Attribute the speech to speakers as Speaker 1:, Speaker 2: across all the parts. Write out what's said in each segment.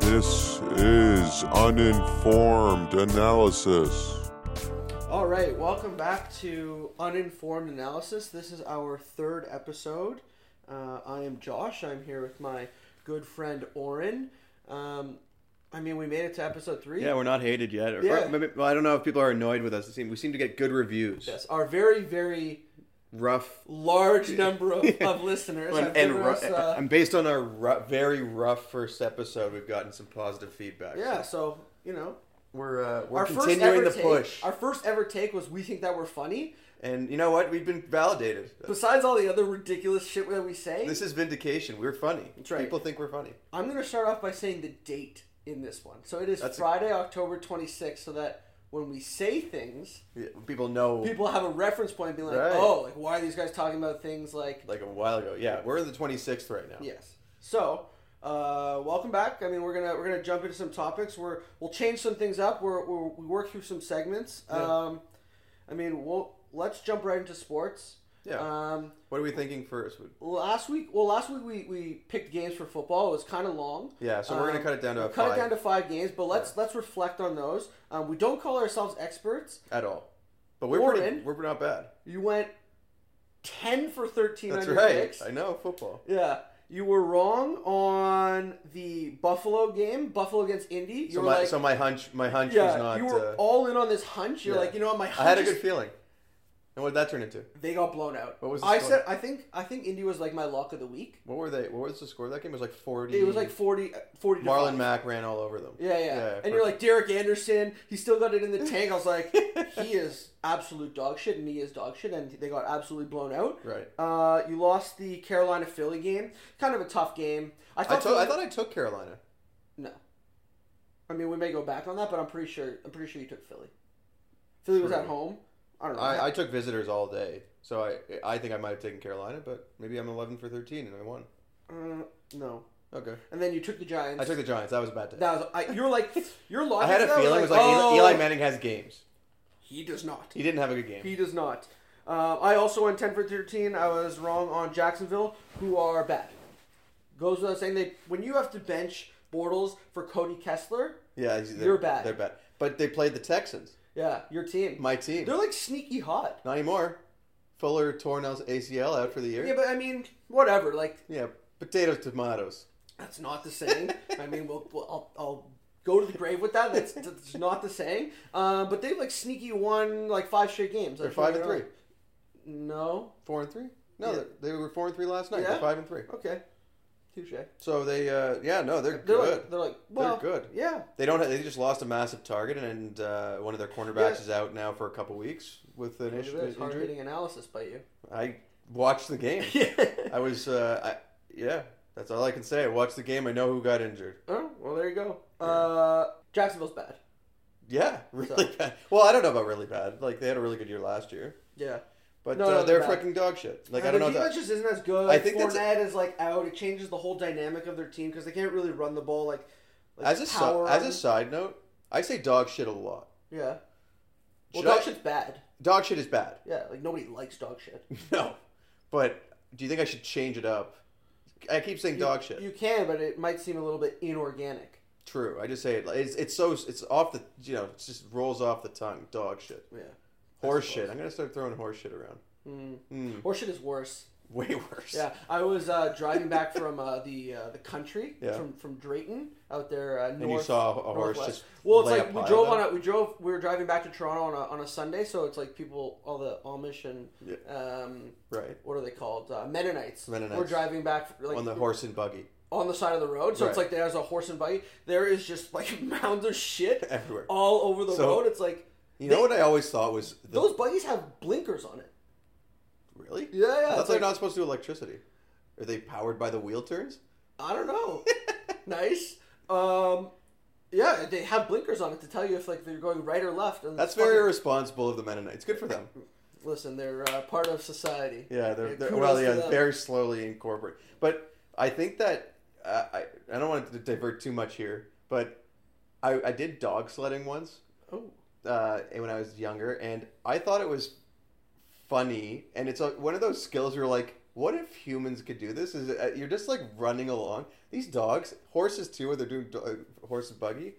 Speaker 1: This is uninformed analysis.
Speaker 2: All right, welcome back to Uninformed Analysis. This is our third episode. Uh, I am Josh. I'm here with my good friend Oren. Um, I mean, we made it to episode three.
Speaker 3: Yeah, we're not hated yet. Or-
Speaker 2: Yeah.
Speaker 3: maybe- well, I don't know if people are annoyed with us. It seem- We seem to get good reviews.
Speaker 2: yes, our very, very
Speaker 3: Rough
Speaker 2: large number of, of listeners have
Speaker 3: and,
Speaker 2: given
Speaker 3: and, ru-
Speaker 2: us. Uh,
Speaker 3: and based on our ru- very rough first episode, we've gotten some positive feedback.
Speaker 2: yeah,
Speaker 3: So
Speaker 2: so you know,
Speaker 3: we're uh, we're
Speaker 2: ever
Speaker 3: continuing the
Speaker 2: take-
Speaker 3: push.
Speaker 2: Our first ever take was we think that we're funny.
Speaker 3: And you know what? We've been validated.
Speaker 2: Besides all the other ridiculous shit that we say,
Speaker 3: This is vindication. We're funny.
Speaker 2: That's right.
Speaker 3: People think we're funny.
Speaker 2: I'm going to start off by saying the date in this one. So it is
Speaker 3: That's a-
Speaker 2: Friday, October 26th, so that when we say things,
Speaker 3: Yeah, People know.
Speaker 2: people have a reference point and be like,
Speaker 3: Right.
Speaker 2: oh, like, why are these guys talking about things like.
Speaker 3: Like a while ago. Yeah, we're in the 26th right now.
Speaker 2: Yes. So. Uh, welcome back. I mean, we're gonna we're gonna jump into some topics. We're we'll change some things up. We're, we're we work through some segments. Um, I mean, we'll let's jump right into sports.
Speaker 3: Yeah.
Speaker 2: Um,
Speaker 3: What are we thinking first?
Speaker 2: last week, well, last week we, we picked games for football. It was kind of long.
Speaker 3: Yeah, so we're gonna cut it down to
Speaker 2: we'll
Speaker 3: about
Speaker 2: cut it
Speaker 3: five.
Speaker 2: down to five games. But let's let's reflect on those. Um, we don't call ourselves experts.
Speaker 3: At all. But we're
Speaker 2: We're
Speaker 3: pretty,
Speaker 2: in.
Speaker 3: we're not bad.
Speaker 2: You went ten for thirteen
Speaker 3: That's
Speaker 2: on your
Speaker 3: right.
Speaker 2: picks.
Speaker 3: I know football.
Speaker 2: Yeah, you were wrong on the Buffalo game, Buffalo against Indy. You
Speaker 3: So
Speaker 2: were
Speaker 3: my,
Speaker 2: like,
Speaker 3: so my hunch my hunch
Speaker 2: yeah,
Speaker 3: was not.
Speaker 2: you were
Speaker 3: uh,
Speaker 2: all in on this hunch. You're
Speaker 3: yeah.
Speaker 2: like, you know what, my hunch
Speaker 3: I had a
Speaker 2: is-
Speaker 3: good feeling. And what did that turn into?
Speaker 2: They got blown out.
Speaker 3: What was the
Speaker 2: I
Speaker 3: score?
Speaker 2: said? I think I think Indy was like my lock of the week.
Speaker 3: What were they? What was the score of that game? It was like forty.
Speaker 2: It was like 40, 40 to
Speaker 3: Marlon
Speaker 2: five.
Speaker 3: Mack ran all over them.
Speaker 2: Yeah, yeah. and you're like Derek Anderson. He still got it in the tank. I was like, he is absolute dog shit, and he is dog shit, and they got absolutely blown out.
Speaker 3: Right.
Speaker 2: Uh, you lost the Carolina Philly game. Kind of a tough game. I
Speaker 3: I,
Speaker 2: thought.
Speaker 3: took, I thought I took Carolina.
Speaker 2: no. I mean, we may go back on that, but I'm pretty sure. I'm pretty sure you took Philly. Philly was
Speaker 3: True.
Speaker 2: at home. I don't know.
Speaker 3: I, I took visitors all day, so I I think I might have taken Carolina, but maybe I'm 11 for 13 and I won.
Speaker 2: uh, no.
Speaker 3: Okay,
Speaker 2: And then you took the Giants.
Speaker 3: I took the Giants. That was a bad day.
Speaker 2: That was. I, you're like. Your
Speaker 3: I
Speaker 2: logic.
Speaker 3: had
Speaker 2: to
Speaker 3: a
Speaker 2: that
Speaker 3: feeling it was like
Speaker 2: oh,
Speaker 3: Eli, Eli Manning has games.
Speaker 2: He does not.
Speaker 3: He didn't have a good game.
Speaker 2: He does not. Um, I also went 10 for 13. I was wrong on Jacksonville, who are bad. Goes without saying, they when you have to bench Bortles for Cody Kessler,
Speaker 3: yeah, he's- they're-
Speaker 2: You're bad.
Speaker 3: They're bad. But they played the Texans,
Speaker 2: yeah, your team.
Speaker 3: my team.
Speaker 2: They're like sneaky hot.
Speaker 3: Not anymore. Fuller tore his ACL out for the year.
Speaker 2: Yeah, but I mean, whatever. Like,
Speaker 3: Yeah, potatoes, tomatoes.
Speaker 2: that's not the saying. I mean, we'll, we'll, I'll, I'll go to the grave with that. That's, that's not the saying. Um, but they've like sneaky won like five straight games.
Speaker 3: They're
Speaker 2: Like,
Speaker 3: five
Speaker 2: in
Speaker 3: and
Speaker 2: a row.
Speaker 3: three,
Speaker 2: No.
Speaker 3: four and three. No,
Speaker 2: Yeah.
Speaker 3: they they were four and three last night.
Speaker 2: Yeah.
Speaker 3: They're five and three.
Speaker 2: Okay. Touche.
Speaker 3: So they, uh, yeah, no, they're,
Speaker 2: They're
Speaker 3: good.
Speaker 2: like, they're like, well,
Speaker 3: good.
Speaker 2: Yeah.
Speaker 3: they don't. Have, they just lost a massive target, and uh, one of their cornerbacks
Speaker 2: Yeah.
Speaker 3: is out now for a couple weeks with an
Speaker 2: Look at
Speaker 3: issue.
Speaker 2: this hard
Speaker 3: Injury.
Speaker 2: hitting analysis by you.
Speaker 3: I watched the game.
Speaker 2: Yeah.
Speaker 3: I was, uh, I, yeah, that's all I can say. I watched the game. I know who got injured.
Speaker 2: Oh, well, there you go. Uh, Jacksonville's bad.
Speaker 3: Yeah, really bad. Well, I don't know about really bad. Like they had a really good year last year,
Speaker 2: Yeah.
Speaker 3: but
Speaker 2: No,
Speaker 3: uh,
Speaker 2: no, they're
Speaker 3: they're
Speaker 2: bad.
Speaker 3: freaking dog shit. Like
Speaker 2: And
Speaker 3: I don't
Speaker 2: their
Speaker 3: know. if
Speaker 2: defense
Speaker 3: that-
Speaker 2: just isn't as good.
Speaker 3: I think that's-
Speaker 2: Fournette is like out. It changes the whole dynamic of their team because they can't really run the ball like, like
Speaker 3: as a si-
Speaker 2: power.
Speaker 3: as
Speaker 2: on-
Speaker 3: a side note, I say dog shit a lot.
Speaker 2: yeah. Well,
Speaker 3: Should
Speaker 2: dog
Speaker 3: I-
Speaker 2: shit's bad.
Speaker 3: Dog shit is bad.
Speaker 2: Yeah, like nobody likes dog shit.
Speaker 3: No, but do you think I should change it up? I keep saying dog shit.
Speaker 2: You can, but it might seem a little bit inorganic.
Speaker 3: True. I just say it. like- It's, it's so it's off the you know it just rolls off the tongue. Dog shit.
Speaker 2: Yeah. Mm.
Speaker 3: Horse shit. I'm gonna start throwing horse shit around. Hmm.
Speaker 2: Or shit is worse.
Speaker 3: Way worse.
Speaker 2: Yeah, I was uh, driving back from uh, the uh, the country
Speaker 3: Yeah.
Speaker 2: from from Drayton out there uh, north.
Speaker 3: you saw a horse
Speaker 2: northwest.
Speaker 3: just
Speaker 2: well, it's
Speaker 3: lay
Speaker 2: like
Speaker 3: a
Speaker 2: we
Speaker 3: pile
Speaker 2: drove
Speaker 3: down?
Speaker 2: on a we drove we were driving back to Toronto on a, on a Sunday, so it's like people all the Amish and
Speaker 3: Yeah.
Speaker 2: um,
Speaker 3: Right.
Speaker 2: what are they called uh, Mennonites.
Speaker 3: Mennonites.
Speaker 2: We're driving back like,
Speaker 3: On the horse and buggy.
Speaker 2: on the side of the road, so it's
Speaker 3: Right.
Speaker 2: like there's a horse and buggy. There is just like mounds of shit
Speaker 3: Everywhere.
Speaker 2: all over the
Speaker 3: So-
Speaker 2: road. It's like
Speaker 3: You know what I always thought was the,
Speaker 2: those buggies have blinkers on it.
Speaker 3: really.
Speaker 2: Yeah, yeah.
Speaker 3: That's
Speaker 2: it's
Speaker 3: they're
Speaker 2: like-
Speaker 3: not supposed to do electricity. Are they powered by the wheel turns?
Speaker 2: I don't know. nice. Um, yeah, they have blinkers on it to tell you if like they're going right or left. And
Speaker 3: That's
Speaker 2: fucking-
Speaker 3: very irresponsible of the Mennonites. Good for them.
Speaker 2: Listen, they're uh, part of society.
Speaker 3: Yeah, they're, they're
Speaker 2: kudos
Speaker 3: well,
Speaker 2: to
Speaker 3: yeah,
Speaker 2: them.
Speaker 3: very slowly incorporate. But I think that uh, I I don't want to divert too much here, but I, I did dog sledding once
Speaker 2: Oh,
Speaker 3: uh, when I was younger, and I thought it was funny. And it's uh, one of those skills where like what if humans could do this? Is it, uh, you're just like running along. These dogs, horses too, or they're doing do- uh, horse and buggy.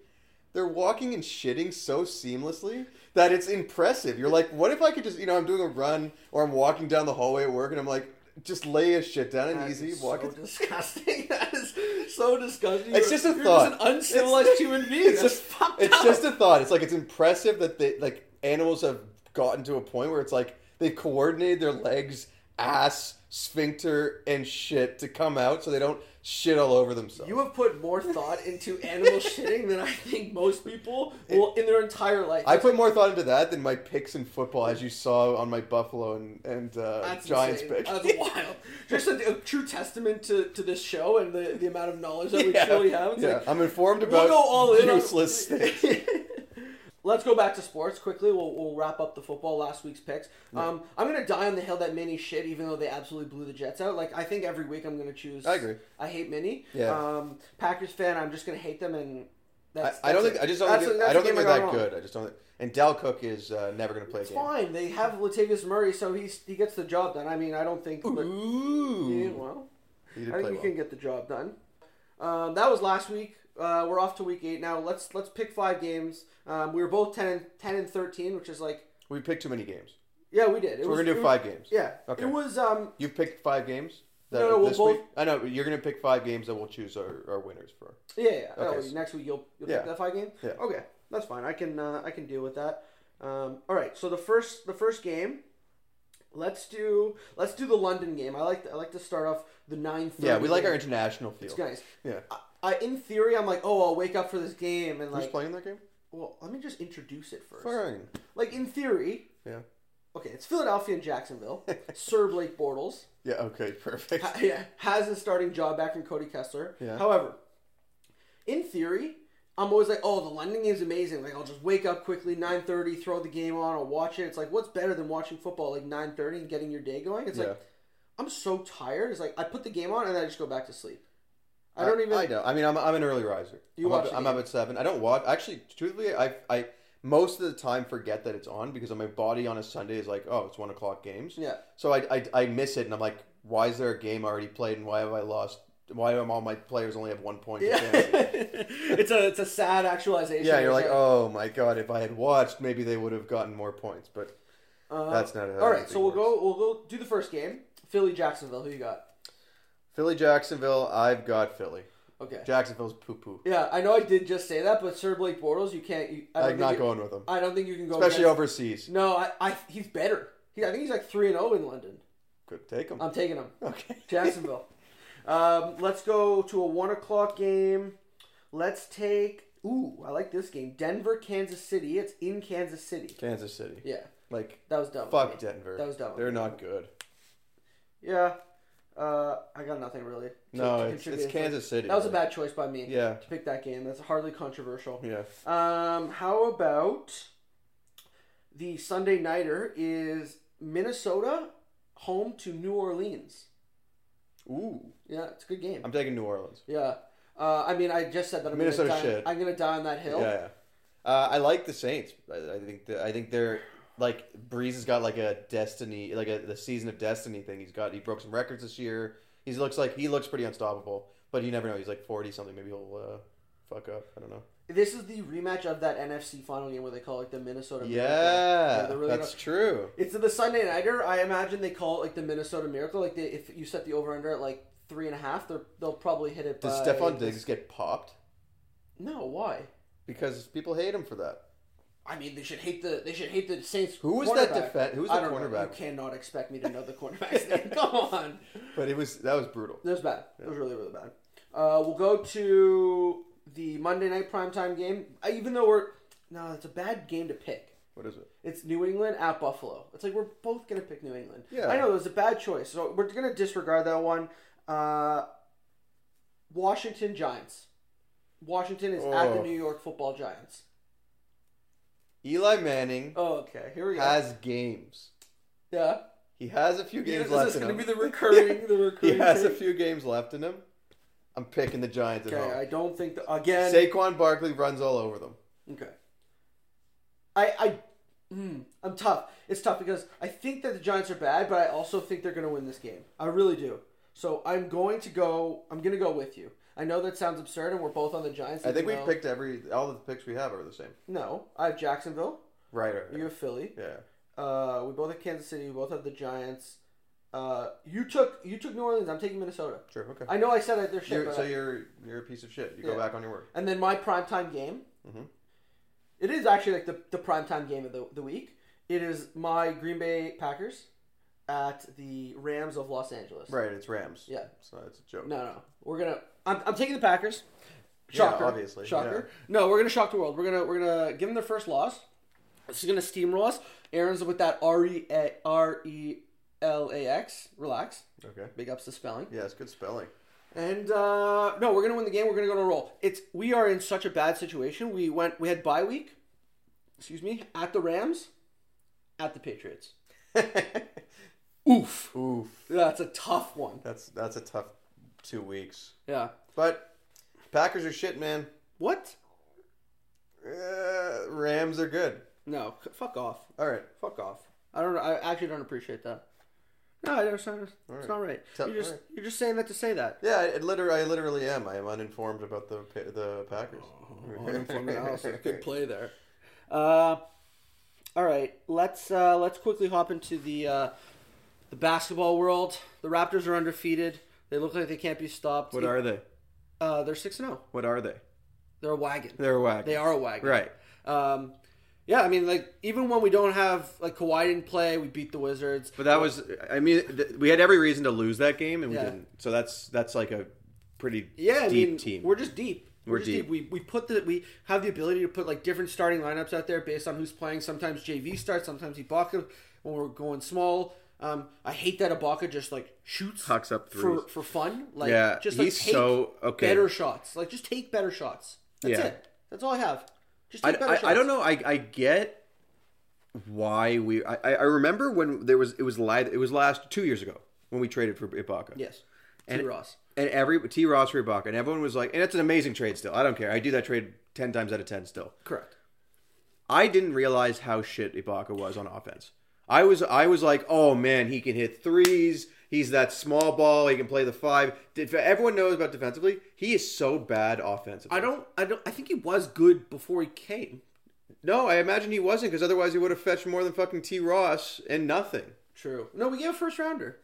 Speaker 3: They're walking and shitting so seamlessly that it's impressive. You're like, what if I could just, you know, I'm doing a run or I'm walking down the hallway at work and I'm like, just lay a shit down and
Speaker 2: That
Speaker 3: easy
Speaker 2: is
Speaker 3: walk.
Speaker 2: so
Speaker 3: it-
Speaker 2: disgusting. That is so disgusting.
Speaker 3: It's
Speaker 2: You're-
Speaker 3: just a
Speaker 2: you're
Speaker 3: thought.
Speaker 2: Just an uncivilized
Speaker 3: It's-
Speaker 2: human being.
Speaker 3: it's
Speaker 2: That's
Speaker 3: just-
Speaker 2: fucked
Speaker 3: It's
Speaker 2: up.
Speaker 3: just a thought. It's like it's impressive that they like animals have gotten to a point where it's like they've coordinated their legs, ass, sphincter, and shit to come out so they don't shit all over themselves.
Speaker 2: You have put more thought into animal shitting than I think most people will in their entire life.
Speaker 3: I put more thought into that than my picks in football, as you saw on my Buffalo and, and uh,
Speaker 2: That's
Speaker 3: Giants
Speaker 2: insane.
Speaker 3: pick.
Speaker 2: That's wild. Just a, a true testament to, to this show and the, the amount of knowledge that we
Speaker 3: Yeah.
Speaker 2: truly have. It's
Speaker 3: Yeah.
Speaker 2: like,
Speaker 3: I'm informed
Speaker 2: we'll
Speaker 3: about
Speaker 2: go all in on-
Speaker 3: useless things.
Speaker 2: Let's go back to sports quickly. We'll, we'll wrap up the football last week's picks. Um, I'm gonna die on the hill that Mini shit, even though they absolutely blew the Jets out. Like I think every week I'm gonna choose.
Speaker 3: I agree.
Speaker 2: I hate Mini.
Speaker 3: Yeah.
Speaker 2: Um, Packers fan. I'm just gonna hate them, and
Speaker 3: I,
Speaker 2: that's,
Speaker 3: I don't
Speaker 2: that's
Speaker 3: think
Speaker 2: it.
Speaker 3: I just don't
Speaker 2: That's
Speaker 3: think,
Speaker 2: a- that's
Speaker 3: I don't
Speaker 2: a
Speaker 3: think
Speaker 2: game
Speaker 3: they're
Speaker 2: got
Speaker 3: that
Speaker 2: wrong.
Speaker 3: good. I just don't. Think, and Dal Cook is uh, never going to play
Speaker 2: It's
Speaker 3: a game.
Speaker 2: fine. They have Latavius Murray, so he's he gets the job done. I mean, I don't think. but- Yeah,
Speaker 3: Ooh,
Speaker 2: well,
Speaker 3: he
Speaker 2: I
Speaker 3: did
Speaker 2: think
Speaker 3: play
Speaker 2: you
Speaker 3: well.
Speaker 2: can get the job done. Um, that was last week. Uh, we're off to week eight now. Let's let's pick five games. Um, we were both 10 and, 10 and thirteen, which is like
Speaker 3: We picked too many games.
Speaker 2: yeah, we did. It was,
Speaker 3: So we're gonna
Speaker 2: it
Speaker 3: do
Speaker 2: was-
Speaker 3: five games.
Speaker 2: Yeah.
Speaker 3: Okay.
Speaker 2: It was um
Speaker 3: You picked five games.
Speaker 2: No, no, we'll
Speaker 3: this
Speaker 2: both-
Speaker 3: week? I know but you're gonna pick five games that we'll choose our, our winners for.
Speaker 2: yeah, yeah. Oh,
Speaker 3: Okay.
Speaker 2: next week you'll you'll
Speaker 3: Yeah.
Speaker 2: pick that five game.
Speaker 3: Yeah.
Speaker 2: Okay, that's fine. I can uh, I can deal with that. Um, all right. So the first the first game. Let's do let's do the London game. I like I like to start off the nine thirty.
Speaker 3: Yeah, we like our international feel.
Speaker 2: guys.
Speaker 3: Yeah.
Speaker 2: I, I in theory I'm like oh I'll wake up for this game and
Speaker 3: Who's
Speaker 2: like
Speaker 3: playing that game?
Speaker 2: well let me just introduce it first.
Speaker 3: Fine.
Speaker 2: Like in theory,
Speaker 3: Yeah.
Speaker 2: okay, it's Philadelphia and Jacksonville. Sir Blake Bortles
Speaker 3: Yeah. Okay. Perfect.
Speaker 2: ha- yeah, has his starting job back from Cody Kessler.
Speaker 3: Yeah.
Speaker 2: However, in theory, I'm always like, oh, the London game's amazing. Like, I'll just wake up quickly, 9.30, throw the game on, I'll watch it. It's like, what's better than watching football, like 9.30 and getting your day going? It's
Speaker 3: Yeah.
Speaker 2: like, I'm so tired. It's like, I put the game on and I just go back to sleep. I don't
Speaker 3: I,
Speaker 2: even...
Speaker 3: I know. I mean, I'm, I'm an early riser.
Speaker 2: You
Speaker 3: I'm
Speaker 2: watch
Speaker 3: Up,
Speaker 2: the
Speaker 3: I'm
Speaker 2: game.
Speaker 3: up at seven. I don't watch. Actually, truthfully, I I most of the time forget that it's on because my body on a Sunday is like, oh, it's one o'clock games.
Speaker 2: yeah.
Speaker 3: So I, I I miss it, and I'm like, why is there a game already played, and why have I lost? Why am all my players only have one point? in
Speaker 2: Yeah.
Speaker 3: fantasy?
Speaker 2: it's a it's a sad actualization.
Speaker 3: Yeah, you're like,
Speaker 2: It's
Speaker 3: oh my god, if I had watched, maybe they would have gotten more points. But
Speaker 2: uh,
Speaker 3: oh, that's not how.
Speaker 2: all right. So we'll
Speaker 3: everything works.
Speaker 2: go we'll go do the first game. Philly Jacksonville. Who you got?
Speaker 3: Philly, Jacksonville. I've got Philly.
Speaker 2: Okay.
Speaker 3: Jacksonville's poo poo.
Speaker 2: Yeah, I know I did just say that, but Sir Blake Bortles, you can't. You, I don't
Speaker 3: I'm
Speaker 2: think
Speaker 3: not
Speaker 2: you,
Speaker 3: going with them,
Speaker 2: I don't think you can go.
Speaker 3: especially
Speaker 2: against-
Speaker 3: overseas.
Speaker 2: No, I, I, he's better. He, I think he's like three and zero in London.
Speaker 3: Could take them.
Speaker 2: I'm taking him,
Speaker 3: okay.
Speaker 2: Jacksonville. um, let's go to a one o'clock game. Let's take. Ooh, I like this game. Denver, Kansas City. It's in Kansas City.
Speaker 3: Kansas City.
Speaker 2: Yeah,
Speaker 3: Like
Speaker 2: that was dumb. of me.
Speaker 3: fuck Denver.
Speaker 2: That was dumb.
Speaker 3: They're not good.
Speaker 2: Yeah, uh, I got nothing really. to-
Speaker 3: No,
Speaker 2: to
Speaker 3: it's,
Speaker 2: contribute.
Speaker 3: it's Kansas City.
Speaker 2: That was a
Speaker 3: really.
Speaker 2: bad choice by me.
Speaker 3: Yeah.
Speaker 2: to pick that game. That's hardly controversial.
Speaker 3: Yeah.
Speaker 2: Um, how about the Sunday nighter is Minnesota home to New Orleans?
Speaker 3: Ooh.
Speaker 2: Yeah, it's a good game.
Speaker 3: I'm taking New Orleans.
Speaker 2: yeah. Uh, I mean, I just said that I'm
Speaker 3: Minnesota
Speaker 2: gonna die,
Speaker 3: shit.
Speaker 2: I'm gonna die on that hill.
Speaker 3: Yeah. yeah. Uh, I like the Saints. I, I think the, I think they're like Breeze has got like a destiny, like a the season of destiny thing. He's got he broke some records this year. He looks like he looks pretty unstoppable, but you never know. He's like forty something. Maybe he'll uh, fuck up. I don't know.
Speaker 2: This is the rematch of that NFC final game where they call it the Minnesota. Miracle.
Speaker 3: Yeah,
Speaker 2: they're really
Speaker 3: that's true.
Speaker 2: It's the Sunday nighter. I imagine they call it like the Minnesota Miracle. Like they, if you set the over under at like three and a half, they're, they'll probably hit it.
Speaker 3: Does
Speaker 2: by
Speaker 3: Stefan Diggs get popped
Speaker 2: No, why?
Speaker 3: because people hate him for that?
Speaker 2: I mean, they should hate the they should hate the Saints.
Speaker 3: Who was that
Speaker 2: cornerback.
Speaker 3: defen- who was
Speaker 2: I
Speaker 3: the
Speaker 2: don't know.
Speaker 3: cornerback?
Speaker 2: You cannot expect me to know the cornerback's name. Come on,
Speaker 3: But it was that was brutal.
Speaker 2: that was bad. It was really really bad. Uh, we'll go to the Monday night primetime game. Uh, Even though we're no, it's a bad game to pick.
Speaker 3: What is it?
Speaker 2: It's New England at Buffalo. It's like we're both gonna pick New England.
Speaker 3: Yeah.
Speaker 2: I know it was a bad choice, so we're gonna disregard that one. Uh, Washington Giants. Washington is at the
Speaker 3: Oh.
Speaker 2: New York Football Giants.
Speaker 3: Eli Manning
Speaker 2: Oh, okay, here we go.
Speaker 3: has games.
Speaker 2: yeah.
Speaker 3: He has a few games
Speaker 2: Is
Speaker 3: left.
Speaker 2: this
Speaker 3: in
Speaker 2: going to
Speaker 3: him.
Speaker 2: be the recurring? The
Speaker 3: He
Speaker 2: recurring.
Speaker 3: has a
Speaker 2: thing?
Speaker 3: few games left in him. I'm picking the Giants at
Speaker 2: Okay,
Speaker 3: home.
Speaker 2: I don't think that again.
Speaker 3: Saquon Barkley runs all over them.
Speaker 2: okay, I I Mm, I'm tough. It's tough because I think that the Giants are bad, but I also think they're going to win this game. I really do. So I'm going to go. I'm going to go with you. I know that sounds absurd, and we're both on the Giants.
Speaker 4: I think
Speaker 2: even
Speaker 4: we've
Speaker 2: though-
Speaker 4: picked every all of the picks we have are the same.
Speaker 2: No, I have Jacksonville.
Speaker 4: Right. right, right.
Speaker 2: You have Philly.
Speaker 4: Yeah.
Speaker 2: Uh, we both have Kansas City. We both have the Giants. Uh, you took you took New Orleans. I'm taking Minnesota.
Speaker 4: Sure. Okay.
Speaker 2: I know I said that they're shit,
Speaker 4: You're-
Speaker 2: but
Speaker 4: so
Speaker 2: I-
Speaker 4: you're you're a piece of shit. You go
Speaker 2: Yeah.
Speaker 4: back on your word.
Speaker 2: and then my primetime game.
Speaker 4: Mhm.
Speaker 2: It is actually like the the primetime game of the the week. It is my Green Bay Packers at the Rams of Los Angeles.
Speaker 4: Right. It's Rams.
Speaker 2: Yeah.
Speaker 4: So it's a joke.
Speaker 2: No, no, we're gonna. I'm, I'm taking the Packers.
Speaker 4: Yeah,
Speaker 2: Shocker,
Speaker 4: obviously,
Speaker 2: Shocker. No, we're gonna shock the world. We're gonna we're gonna give them their first loss. This is gonna steamroll us. Aaron's with that R E A R E L A X. Relax.
Speaker 4: Okay.
Speaker 2: Big ups to spelling.
Speaker 4: Yeah. It's good spelling.
Speaker 2: And uh, no, we're gonna win the game. We're gonna go on a roll. It's we are in such a bad situation. We went we had bye week. Excuse me, at the Rams, at the Patriots. Oof.
Speaker 4: Oof.
Speaker 2: That's a tough one.
Speaker 4: That's that's a tough two weeks.
Speaker 2: Yeah.
Speaker 4: But Packers are shit, man.
Speaker 2: What?
Speaker 4: Uh, Rams are good.
Speaker 2: No. c- Fuck off.
Speaker 4: All right.
Speaker 2: Fuck off. I don't. I actually don't appreciate that. No, I don't. It's not, it's
Speaker 4: right.
Speaker 2: not right.
Speaker 4: Tell-
Speaker 2: you're just
Speaker 4: all right.
Speaker 2: you're just saying that to say that.
Speaker 4: Yeah, I, I literally, I literally am. I am uninformed about the Pa- the Packers.
Speaker 2: Oh, Uninformed analysis. Good play there. Uh, all right, let's uh, let's quickly hop into the uh, the basketball world. The Raptors are undefeated. They look like they can't be stopped.
Speaker 4: they?
Speaker 2: uh, they're six and zero.
Speaker 4: What are they?
Speaker 2: They're a wagon.
Speaker 4: They're whack.
Speaker 2: They are a wagon.
Speaker 4: Right.
Speaker 2: Um, yeah, I mean, like even when we don't have like Kawhi didn't play, we beat the Wizards.
Speaker 3: But that was, I mean, th- we had every reason to lose that game, and we
Speaker 2: Yeah.
Speaker 3: didn't. So that's that's like a pretty
Speaker 2: Yeah, I
Speaker 3: deep
Speaker 2: mean,
Speaker 3: team.
Speaker 2: We're just deep. We're,
Speaker 3: We're
Speaker 2: just deep.
Speaker 3: deep.
Speaker 2: We, we put the we have the ability to put like different starting lineups out there based on who's playing. Sometimes JV starts, sometimes Ibaka when we're going small. Um, I hate that Ibaka just like shoots
Speaker 3: Hucks up
Speaker 2: for
Speaker 3: threes.
Speaker 2: for fun. Like
Speaker 3: Yeah,
Speaker 2: just like
Speaker 3: he's
Speaker 2: take
Speaker 3: so- okay.
Speaker 2: better shots. Like just take better shots. That's
Speaker 3: Yeah.
Speaker 2: it. That's all I have. Just
Speaker 3: I,
Speaker 2: take better shots.
Speaker 3: I, I don't know. I, I get why we. I, I- I remember when there was it was li- it was last two years ago when we traded for Ibaka.
Speaker 2: Yes.
Speaker 3: And-
Speaker 2: T. Ross.
Speaker 3: and every T Ross for Ibaka, and everyone was like, and it's an amazing trade still. I don't care. I do that trade ten times out of ten still.
Speaker 2: Correct.
Speaker 3: I didn't realize how shit Ibaka was on offense. I was I was like, oh man, he can hit threes. He's that small ball. He can play the five. Did- Everyone knows about defensively. He is so bad offensively.
Speaker 2: I don't. I don't. I think he was good before he came.
Speaker 3: No, I imagine he wasn't because otherwise he would have fetched more than fucking T Ross and nothing.
Speaker 2: True. No, we gave a first rounder.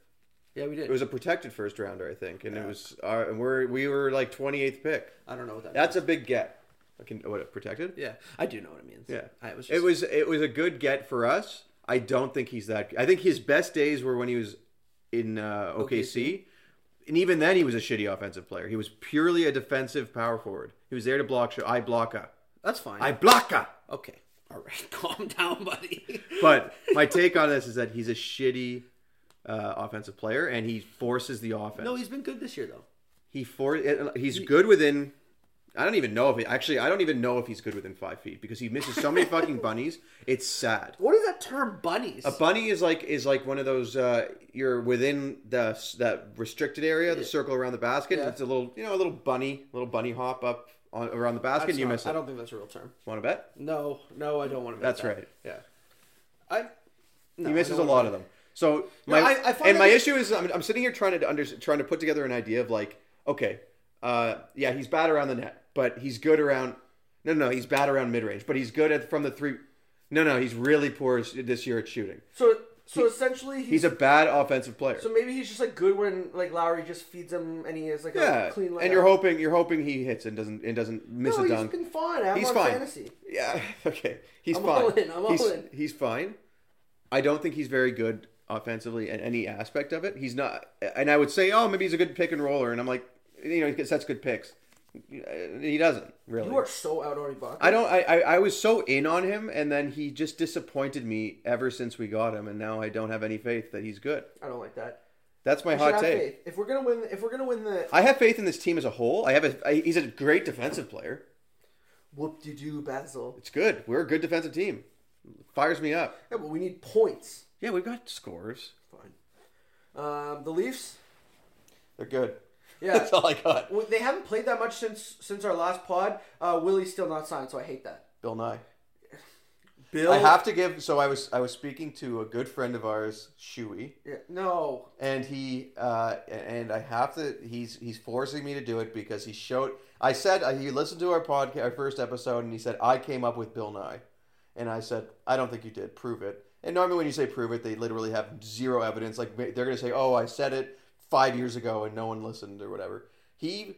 Speaker 2: Yeah, we did.
Speaker 3: It was a protected first rounder, I think, and it was our, and we're we were like twenty eighth pick.
Speaker 2: I don't know what that.
Speaker 3: That's a big get. I can what protected?
Speaker 2: Yeah, I do know what it means.
Speaker 3: Yeah,
Speaker 2: I was. Just,
Speaker 3: it was it was a good get for us. I don't think he's that. I think his best days were when he was in uh, OKC, and even then he was a shitty offensive player. He was purely a defensive power forward. He was there to block shot. I blocka.
Speaker 2: That's fine.
Speaker 3: I blocka.
Speaker 2: okay. All right. Calm down, buddy.
Speaker 3: But my take on this is that he's a shitty uh, offensive player, and he forces the offense.
Speaker 2: no, he's been good this year though.
Speaker 3: he for uh, he's good within. I don't even know if he actually. I don't even know if he's good within five feet because he misses so many fucking bunnies. It's sad.
Speaker 2: What is that term, bunnies?
Speaker 3: A bunny is like is like one of those uh, you're within the that restricted area, the circle around the basket.
Speaker 2: Yeah.
Speaker 3: It's a little you know a little bunny, little bunny hop up on, around the basket.
Speaker 2: That's
Speaker 3: and you
Speaker 2: not-
Speaker 3: miss
Speaker 2: I
Speaker 3: it.
Speaker 2: don't think that's a real term.
Speaker 3: Want to bet?
Speaker 2: No, no, I don't want to. Bet
Speaker 3: That's
Speaker 2: that.
Speaker 3: right.
Speaker 2: Yeah. I. No,
Speaker 3: he misses
Speaker 2: I
Speaker 3: a
Speaker 2: don't
Speaker 3: lot
Speaker 2: wanna-
Speaker 3: of them. So
Speaker 2: No,
Speaker 3: my
Speaker 2: I- I find
Speaker 3: and my
Speaker 2: that-
Speaker 3: issue is I'm, I'm sitting here trying to under, trying to put together an idea of like okay, uh, yeah, he's bad around the net, but he's good around. No, no, he's bad around mid range, but he's good at from the three. No, no, he's really poor this year at shooting.
Speaker 2: So, so essentially, he's.
Speaker 3: He's a bad offensive player.
Speaker 2: so maybe he's just like good when like Lowry just feeds him and he is like
Speaker 3: Yeah,
Speaker 2: a clean. layup.
Speaker 3: and you're hoping you're hoping he hits and doesn't and doesn't miss
Speaker 2: No,
Speaker 3: a
Speaker 2: he's
Speaker 3: dunk.
Speaker 2: been fine. I have
Speaker 3: He's
Speaker 2: him on
Speaker 3: fine.
Speaker 2: fantasy.
Speaker 3: Yeah, okay, he's
Speaker 2: I'm
Speaker 3: fine.
Speaker 2: all in, I'm all
Speaker 3: he's,
Speaker 2: in.
Speaker 3: he's fine. I don't think he's very good offensively in any aspect of it. He's not, and I would say, oh, maybe he's a good pick and roller, and I'm like, you know, he sets good picks. He doesn't really.
Speaker 2: You are so out on Ibaka.
Speaker 3: I don't. I, I I was so in on him, and then he just disappointed me ever since we got him, and now I don't have any faith that he's good.
Speaker 2: I don't like that.
Speaker 3: That's my
Speaker 2: You should
Speaker 3: hot
Speaker 2: have
Speaker 3: take.
Speaker 2: faith. If we're gonna win, if we're gonna win the
Speaker 3: I have faith in this team as a whole. I have a. I, he's a great defensive player.
Speaker 2: whoop de doo Basil,
Speaker 3: It's good. We're a good defensive team. Fires me up.
Speaker 2: yeah, but we need points.
Speaker 3: Yeah, we've got scores.
Speaker 2: Fine. Um, the Leafs.
Speaker 4: They're good.
Speaker 2: Yeah,
Speaker 4: That's all I got.
Speaker 2: Well, they haven't played that much since since our last pod. Uh, Willie's still not signed, so I hate that.
Speaker 4: Bill Nye.
Speaker 2: Bill.
Speaker 3: I have to give. So I was I was speaking to a good friend of ours, Shuey,
Speaker 2: Yeah, no.
Speaker 3: and he uh, and I have to. He's he's forcing me to do it because he showed. I said uh, he listened to our podcast, our first episode, and he said I came up with Bill Nye, and I said I don't think you did. Prove it. And normally when you say prove it, they literally have zero evidence. Like they're gonna say, oh, I said it five years ago and no one listened or whatever. He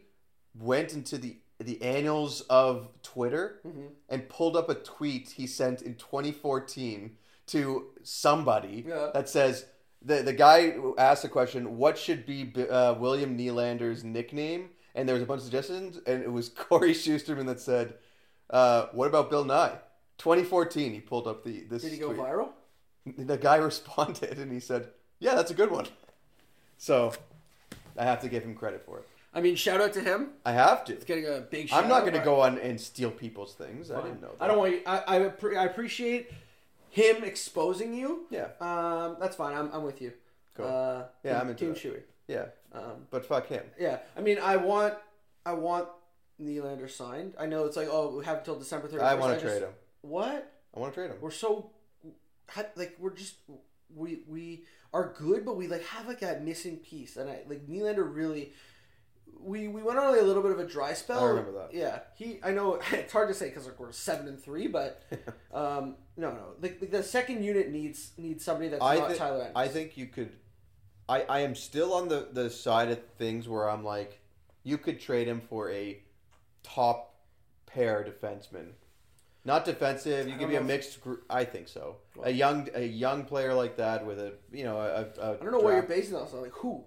Speaker 3: went into the the annals of Twitter
Speaker 2: Mhm.
Speaker 3: and pulled up a tweet he sent in 2014 to somebody
Speaker 2: Yeah.
Speaker 3: that says the the guy who asked the question, "What should be uh, William Nylander's nickname?" And there was a bunch of suggestions, and it was Corey Schusterman that said, uh, "What about Bill Nye?" 2014, he pulled up the this.
Speaker 2: Did he go
Speaker 3: tweet.
Speaker 2: viral?
Speaker 3: The guy responded, and he said, "Yeah, that's a good one." So, I have to give him credit for it.
Speaker 2: I mean, shout out to him.
Speaker 3: I have to.
Speaker 2: Getting a big. Shout
Speaker 3: I'm not
Speaker 2: out,
Speaker 3: going to
Speaker 2: but-
Speaker 3: go on and steal people's things. I didn't know. That.
Speaker 2: I don't want. You, I I, appre- I appreciate him exposing you.
Speaker 3: Yeah,
Speaker 2: Um, that's fine. I'm, I'm with you.
Speaker 3: Cool.
Speaker 2: Uh,
Speaker 3: Yeah,
Speaker 2: team-
Speaker 3: I'm into
Speaker 2: Team Chewy.
Speaker 3: yeah,
Speaker 2: Um,
Speaker 3: but fuck him.
Speaker 2: yeah. I mean, I want. I want Nylander signed. I know it's like, oh, we have until December 31st.
Speaker 3: I want to
Speaker 2: just-
Speaker 3: trade him.
Speaker 2: What?
Speaker 3: I want to trade him.
Speaker 2: We're so ha- like we're just we we are good, but we like have like that missing piece, and I like Nylander really. We, we went on like, a little bit of a dry spell.
Speaker 3: I remember that.
Speaker 2: Yeah, he. I know it's hard to say because like we're seven and three, but um, no, no. Like, like, the second unit needs needs somebody that's
Speaker 3: I
Speaker 2: not
Speaker 3: thi-
Speaker 2: Tyler. Ennis.
Speaker 3: I think you could. I, I am still on the, the side of things where I'm like, you could trade him for a top pair defenseman, not defensive. You
Speaker 2: I
Speaker 3: give
Speaker 2: don't
Speaker 3: me a
Speaker 2: know if-
Speaker 3: mixed. Gr- I think so. a young a young player like that with a you know a, a, a
Speaker 2: I don't know where you're
Speaker 3: draft-
Speaker 2: basing that. on. Like who?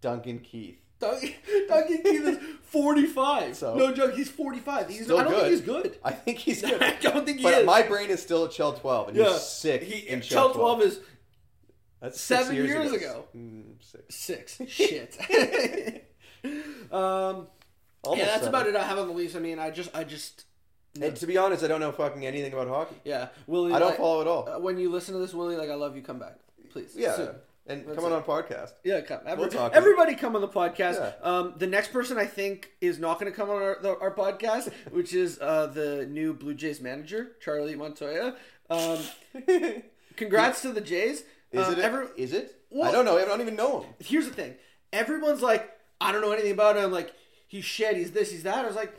Speaker 3: Duncan Keith.
Speaker 2: Duncan, Duncan Keith is forty five.
Speaker 3: So?
Speaker 2: no joke, he's forty five. He's
Speaker 3: Still
Speaker 2: I don't
Speaker 3: good.
Speaker 2: think he's good.
Speaker 3: I think he's good.
Speaker 2: I don't think he
Speaker 3: but
Speaker 2: is.
Speaker 3: my brain is still at Shell 12, and
Speaker 2: Yeah.
Speaker 3: he's sick
Speaker 2: He,
Speaker 3: in
Speaker 2: Chell twelve is
Speaker 3: That's
Speaker 2: seven years ago.
Speaker 3: Mm, six.
Speaker 2: Six. Shit. um,
Speaker 3: Almost
Speaker 2: yeah, that's
Speaker 3: seven.
Speaker 2: about it I have on the Leafs. I mean, I just, I just,
Speaker 3: And to be honest, I don't know fucking anything about hockey.
Speaker 2: yeah, Willie.
Speaker 3: I don't
Speaker 2: like,
Speaker 3: follow at all.
Speaker 2: uh, when you listen to this, Willie, like, I love you. Come back, please.
Speaker 3: Yeah,
Speaker 2: Soon.
Speaker 3: and
Speaker 2: That's
Speaker 3: come on
Speaker 2: it.
Speaker 3: on podcast.
Speaker 2: Yeah, come. Every,
Speaker 3: We'll talk.
Speaker 2: everybody come on the podcast.
Speaker 3: Yeah.
Speaker 2: Um, the next person I think is not going to come on our, the, our podcast, which is uh, the new Blue Jays manager, Charlie Montoya. Um, congrats to the Jays.
Speaker 3: Is
Speaker 2: Uh,
Speaker 3: it?
Speaker 2: every-
Speaker 3: is it?
Speaker 2: Well-
Speaker 3: I don't know. I don't even know him.
Speaker 2: here's the thing. Everyone's like, I don't know anything about him. Like, he's shit. He's this. He's that. I was like,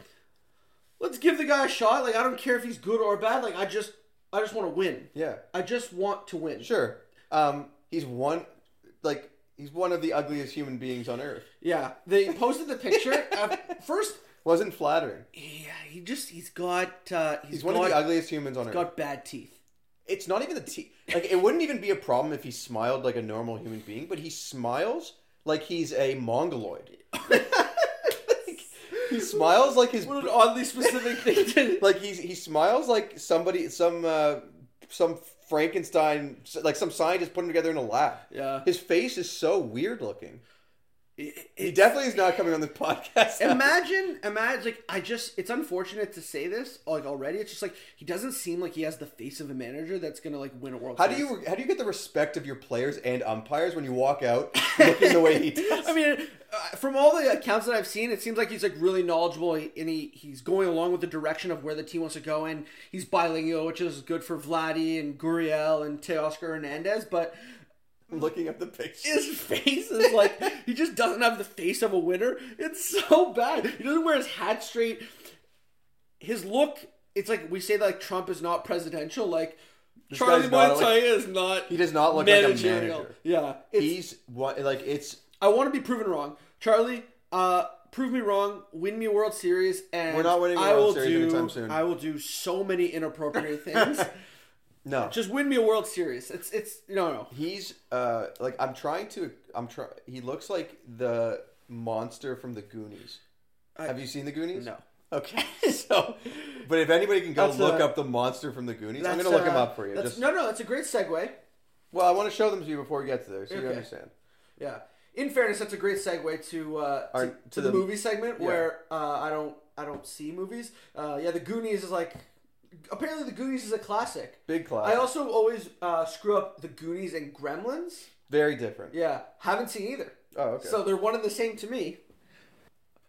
Speaker 2: let's give the guy a shot. Like, I don't care if he's good or bad. Like, I just, I just want to win.
Speaker 3: Yeah,
Speaker 2: I just want to win.
Speaker 3: sure. Um, he's one, like he's one of the ugliest human beings on earth.
Speaker 2: Yeah. They posted the picture. of, first,
Speaker 3: Wasn't flattering.
Speaker 2: yeah, he just, he's got, uh,
Speaker 3: He's
Speaker 2: he's
Speaker 3: one
Speaker 2: got,
Speaker 3: of the ugliest humans on earth.
Speaker 2: got bad teeth.
Speaker 3: It's not even the teeth. Like it wouldn't even be a problem if he smiled like a normal human being, but he smiles like he's a mongoloid. Like, he smiles like his
Speaker 2: What an oddly specific thing to.
Speaker 3: like he's he smiles like somebody some uh, some Frankenstein like some scientist put him together in a lab.
Speaker 2: Yeah.
Speaker 3: His face is so weird looking.
Speaker 2: It-
Speaker 3: He
Speaker 2: it-
Speaker 3: definitely is not coming on this podcast.
Speaker 2: Imagine, imagine, like, I just, it's unfortunate to say this, like, already. It's just like, he doesn't seem like he has the face of a manager that's going to, like, win a World
Speaker 3: how do
Speaker 2: Series.
Speaker 3: you how do you get the respect of your players and umpires when you walk out looking the way he does?
Speaker 2: I mean, uh, from all the accounts that I've seen, it seems like he's like really knowledgeable, and he, he's going along with the direction of where the team wants to go. And he's bilingual, which is good for Vladdy and Guriel and Teoscar Hernandez. But
Speaker 3: looking up the picture.
Speaker 2: his face is like he just doesn't have the face of a winner. It's so bad. He doesn't wear his hat straight. His look. It's like we say that like Trump is not presidential. Like Charlie
Speaker 3: guy's not
Speaker 2: Montoya is not.
Speaker 3: He does not look like a
Speaker 2: managerial.
Speaker 3: manager.
Speaker 2: Yeah, it's,
Speaker 3: He's what like it's
Speaker 2: I want to be proven wrong, Charlie. Uh, prove me wrong. Win me a World Series, and
Speaker 3: We're not winning a
Speaker 2: I
Speaker 3: World
Speaker 2: will
Speaker 3: Series
Speaker 2: do.
Speaker 3: anytime soon.
Speaker 2: I will do so many inappropriate things.
Speaker 3: no.
Speaker 2: Just win me a World Series. It's it's no no.
Speaker 3: He's uh like I'm trying to I'm try he looks like the monster from the Goonies. Have you seen the Goonies?
Speaker 2: No.
Speaker 3: Okay. so but if anybody can go
Speaker 2: That's,
Speaker 3: look
Speaker 2: uh,
Speaker 3: up the monster from the Goonies, I'm
Speaker 2: That's,
Speaker 3: gonna look
Speaker 2: uh,
Speaker 3: him up for you.
Speaker 2: that's-
Speaker 3: Just,
Speaker 2: No no, that's a great segue.
Speaker 3: Well, I want to show them to you before we get to there, so you
Speaker 2: Okay.
Speaker 3: understand.
Speaker 2: Yeah. In fairness, that's a great segue to uh, to,
Speaker 3: Our-
Speaker 2: to
Speaker 3: to
Speaker 2: the,
Speaker 3: the-
Speaker 2: movie segment
Speaker 3: yeah.
Speaker 2: where uh, I don't I don't see movies. Uh, yeah, the Goonies is like apparently the Goonies is a classic.
Speaker 3: Big class.
Speaker 2: I also always uh, screw up the Goonies and Gremlins.
Speaker 3: Very different.
Speaker 2: Yeah, haven't seen either.
Speaker 3: Oh, okay.
Speaker 2: So they're one and the same to me.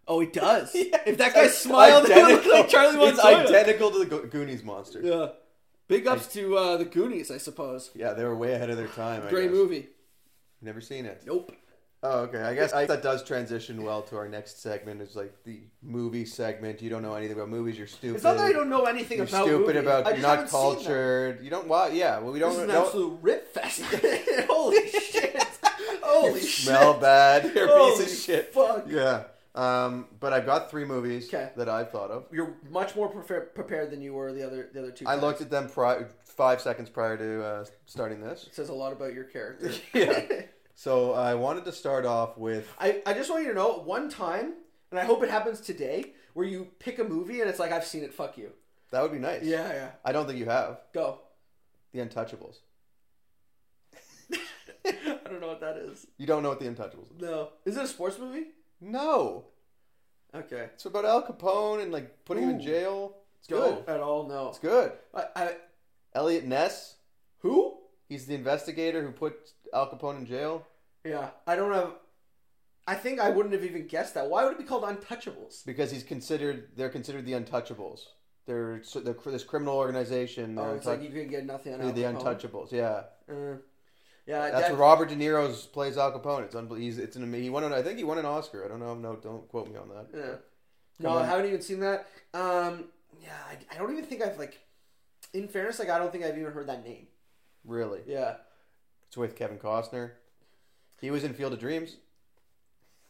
Speaker 2: Oh, it does.
Speaker 3: Yeah,
Speaker 2: if that
Speaker 3: it's
Speaker 2: guy smiled, it would look
Speaker 3: identical-
Speaker 2: like Charlie
Speaker 3: It's
Speaker 2: Montoya.
Speaker 3: identical to the Go- Goonies monster.
Speaker 2: yeah. Big ups to uh, the Goonies, I suppose.
Speaker 3: Yeah, they were way ahead of their time. I
Speaker 2: Great
Speaker 3: guess.
Speaker 2: movie.
Speaker 3: Never seen it.
Speaker 2: Nope.
Speaker 3: Oh, okay. I guess I, that does transition well to our next segment. Is like the movie segment. You don't know anything about movies. You're stupid.
Speaker 2: It's not that I don't know anything
Speaker 3: You're
Speaker 2: about
Speaker 3: stupid
Speaker 2: movies. I
Speaker 3: about
Speaker 2: just
Speaker 3: not
Speaker 2: haven't seen them.
Speaker 3: cultured. You don't. Why? yeah. Well, we don't.
Speaker 2: This is an
Speaker 3: don't-
Speaker 2: absolute rip fest. Holy shit. Holy
Speaker 3: smell
Speaker 2: shit.
Speaker 3: bad. You're a
Speaker 2: Holy
Speaker 3: piece of shit.
Speaker 2: fuck.
Speaker 3: Yeah. Um, but I've got three movies
Speaker 2: 'Kay.
Speaker 3: that I've thought of.
Speaker 2: You're much more prefer- prepared than you were the other the other two.
Speaker 3: I
Speaker 2: times.
Speaker 3: looked at them pri- five seconds prior to uh, starting this.
Speaker 2: It says a lot about your character.
Speaker 3: Yeah. So I wanted to start off with.
Speaker 2: I, I just want you to know one time, and I hope it happens today, where you pick a movie and it's like I've seen it. Fuck you.
Speaker 3: That would be nice.
Speaker 2: Yeah, yeah.
Speaker 3: I don't think you have
Speaker 2: Go.
Speaker 3: the Untouchables.
Speaker 2: I don't know what that is.
Speaker 3: You don't know what the Untouchables is.
Speaker 2: No. Is it a sports movie?
Speaker 3: No.
Speaker 2: Okay.
Speaker 3: It's about Al Capone and like putting him in
Speaker 2: Ooh.
Speaker 3: jail. It's
Speaker 2: Don't
Speaker 3: good.
Speaker 2: at all. No.
Speaker 3: It's good.
Speaker 2: I, I,
Speaker 3: Elliot Ness.
Speaker 2: who?
Speaker 3: He's the investigator who put Al Capone in jail
Speaker 2: Yeah. I don't have. I think I wouldn't have even guessed that. Why would it be called Untouchables?
Speaker 3: because he's considered. They're considered the Untouchables. They're, so they're this criminal organization. They're
Speaker 2: Oh, it's like you can get nothing on
Speaker 3: untouch- the
Speaker 2: Al Capone.
Speaker 3: Untouchables. Yeah.
Speaker 2: Uh, yeah,
Speaker 3: That's
Speaker 2: that-
Speaker 3: what Robert De Niro's plays Al Capone. It's unbelievable. He's it's an ama- he won an I think he won an Oscar. I don't know. No, don't quote me on that.
Speaker 2: Yeah. No,
Speaker 3: Come
Speaker 2: I
Speaker 3: on.
Speaker 2: haven't even seen that. Um, yeah, I, I don't even think I've like. In fairness, like I don't think I've even heard that name.
Speaker 3: Really,
Speaker 2: Yeah.
Speaker 3: it's with Kevin Costner. He was in Field of Dreams.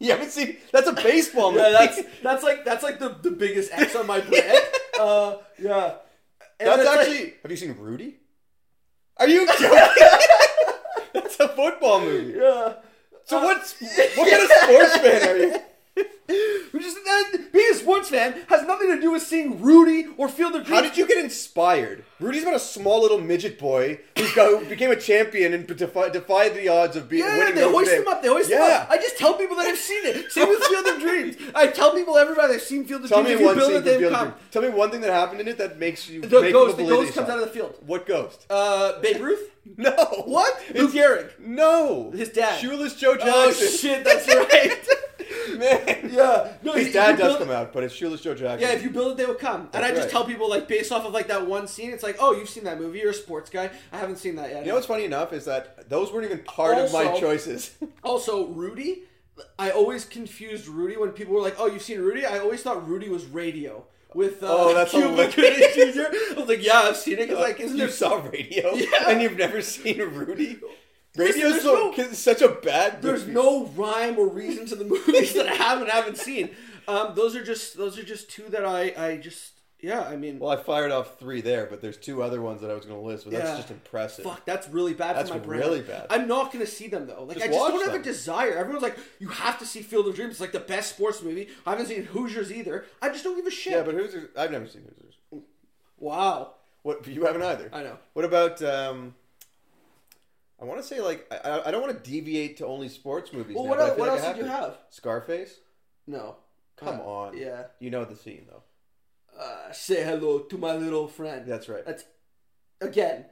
Speaker 3: You haven't seen? That's a baseball movie.
Speaker 2: Yeah, that's that's like that's like the, the biggest X on my planet. uh, yeah. And
Speaker 3: That's
Speaker 2: it's like-
Speaker 3: actually. have you seen Rudy? Are you joking? That's a football movie.
Speaker 2: yeah. Uh,
Speaker 3: So what's what kind of sports fan are you?
Speaker 2: We just that, being a sports fan has nothing to do with seeing Rudy or Field of
Speaker 3: How
Speaker 2: Dreams.
Speaker 3: did you get inspired? Rudy's about a small little midget boy who, got, who became a champion and defi- defied the odds of being
Speaker 2: yeah, yeah,
Speaker 3: winning.
Speaker 2: they
Speaker 3: Notre
Speaker 2: hoist
Speaker 3: Dame.
Speaker 2: him up. They hoist him
Speaker 3: Yeah.
Speaker 2: up. I just tell people that I've seen it. Same with Field of Dreams. I tell people everybody I've seen Field of
Speaker 3: Tell me
Speaker 2: Dreams. If you
Speaker 3: one
Speaker 2: build
Speaker 3: scene
Speaker 2: it,
Speaker 3: from
Speaker 2: they've
Speaker 3: Field of
Speaker 2: come.
Speaker 3: Dreams. Tell me one thing that happened in it that makes you
Speaker 2: The
Speaker 3: make
Speaker 2: ghost, the
Speaker 3: people believe
Speaker 2: ghost
Speaker 3: they
Speaker 2: comes
Speaker 3: saw
Speaker 2: out
Speaker 3: it.
Speaker 2: of the field.
Speaker 3: What ghost?
Speaker 2: Uh, Babe Ruth.
Speaker 3: No.
Speaker 2: What? Lou
Speaker 3: It's,
Speaker 2: Gehrig.
Speaker 3: no.
Speaker 2: His dad.
Speaker 3: Shoeless Joe Jackson.
Speaker 2: Oh shit, that's right.
Speaker 3: Man.
Speaker 2: yeah, no,
Speaker 3: His
Speaker 2: if
Speaker 3: dad
Speaker 2: you
Speaker 3: does
Speaker 2: build-
Speaker 3: come out, but it's Shoeless Joe Jackson.
Speaker 2: Yeah, if you build it, they will come. and
Speaker 3: That's
Speaker 2: I just
Speaker 3: right.
Speaker 2: tell people like based off of like that one scene, it's like, oh, you've seen that movie. You're a sports guy. I haven't seen that yet.
Speaker 3: You know what's funny enough is that those weren't even part of my
Speaker 2: Also-
Speaker 3: choices.
Speaker 2: also, Rudy. I always confused Rudy when people were like, "Oh, you've seen Rudy." I always thought Rudy was Radio with uh,
Speaker 3: Oh, that's
Speaker 2: Cuba
Speaker 3: hilarious.
Speaker 2: Gooding Jr. I was like, "Yeah, I've seen it." Cause like, isn't
Speaker 3: you
Speaker 2: there
Speaker 3: saw Radio
Speaker 2: Yeah.
Speaker 3: and you've never seen Rudy?
Speaker 2: there's
Speaker 3: Radio's so,
Speaker 2: no-
Speaker 3: 'cause it's such a bad
Speaker 2: there's
Speaker 3: movie.
Speaker 2: no rhyme or reason to the movies that I haven't haven't seen. Um, those are just those are just two that I I just yeah. I mean,
Speaker 3: Well, I fired off three there, but there's two other ones that I was going to list, but that's
Speaker 2: Yeah.
Speaker 3: just impressive.
Speaker 2: Fuck, that's really bad
Speaker 3: That's
Speaker 2: for my brain.
Speaker 3: really bad.
Speaker 2: I'm not gonna see them though. Like
Speaker 3: Just
Speaker 2: I just
Speaker 3: watch
Speaker 2: don't have
Speaker 3: them.
Speaker 2: a desire. Everyone's like, you have to see Field of Dreams. It's like the best sports movie. I haven't seen Hoosiers either. I just don't give a shit.
Speaker 3: Yeah, but Hoosiers, I've never seen Hoosiers.
Speaker 2: wow.
Speaker 3: What you haven't either.
Speaker 2: I know.
Speaker 3: What about? um I want to say like I- I, I don't want to deviate to only sports movies.
Speaker 2: Well,
Speaker 3: now,
Speaker 2: what
Speaker 3: but I
Speaker 2: el-
Speaker 3: feel
Speaker 2: what
Speaker 3: like I
Speaker 2: else did you
Speaker 3: to.
Speaker 2: have?
Speaker 3: Scarface.
Speaker 2: No.
Speaker 3: Come
Speaker 2: Uh,
Speaker 3: on.
Speaker 2: Yeah.
Speaker 3: You know the scene though.
Speaker 2: Uh, say hello to my little friend.
Speaker 3: That's right.
Speaker 2: That's again.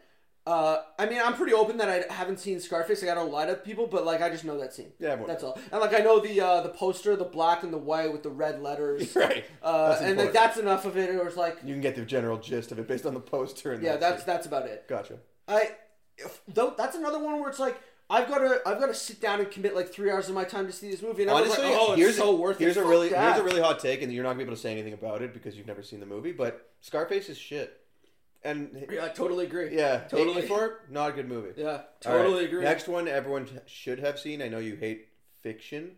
Speaker 2: Uh, I mean, I'm pretty open that I haven't seen Scarface. Like, I don't lie to people, but like, I just know that scene.
Speaker 3: Yeah, everyone
Speaker 2: that's
Speaker 3: knows.
Speaker 2: all. And like, I know the uh, the poster, the black and the white with the red letters.
Speaker 3: Right.
Speaker 2: Uh,
Speaker 3: That's
Speaker 2: and like,
Speaker 3: important.
Speaker 2: that's enough of it. It was like,
Speaker 3: You can get the general gist of it based on the poster and
Speaker 2: yeah,
Speaker 3: that
Speaker 2: that's
Speaker 3: scene.
Speaker 2: that's about it.
Speaker 3: gotcha.
Speaker 2: I if, though that's another one where it's like I've got to I've got to sit down and commit like three hours of my time to see this movie. And
Speaker 3: Honestly,
Speaker 2: I was like, oh,
Speaker 3: here's
Speaker 2: it's so
Speaker 3: a,
Speaker 2: worth
Speaker 3: here's
Speaker 2: it.
Speaker 3: a
Speaker 2: Fuck
Speaker 3: really
Speaker 2: that.
Speaker 3: here's a really hot take, and you're not gonna be able to say anything about it because you've never seen the movie. But Scarface is shit, and
Speaker 2: yeah, I totally agree.
Speaker 3: yeah, hate me
Speaker 2: totally.
Speaker 3: for it, not a good movie.
Speaker 2: Yeah,
Speaker 3: All right.
Speaker 2: totally agree.
Speaker 3: Next one everyone should have seen. I know you hate fiction,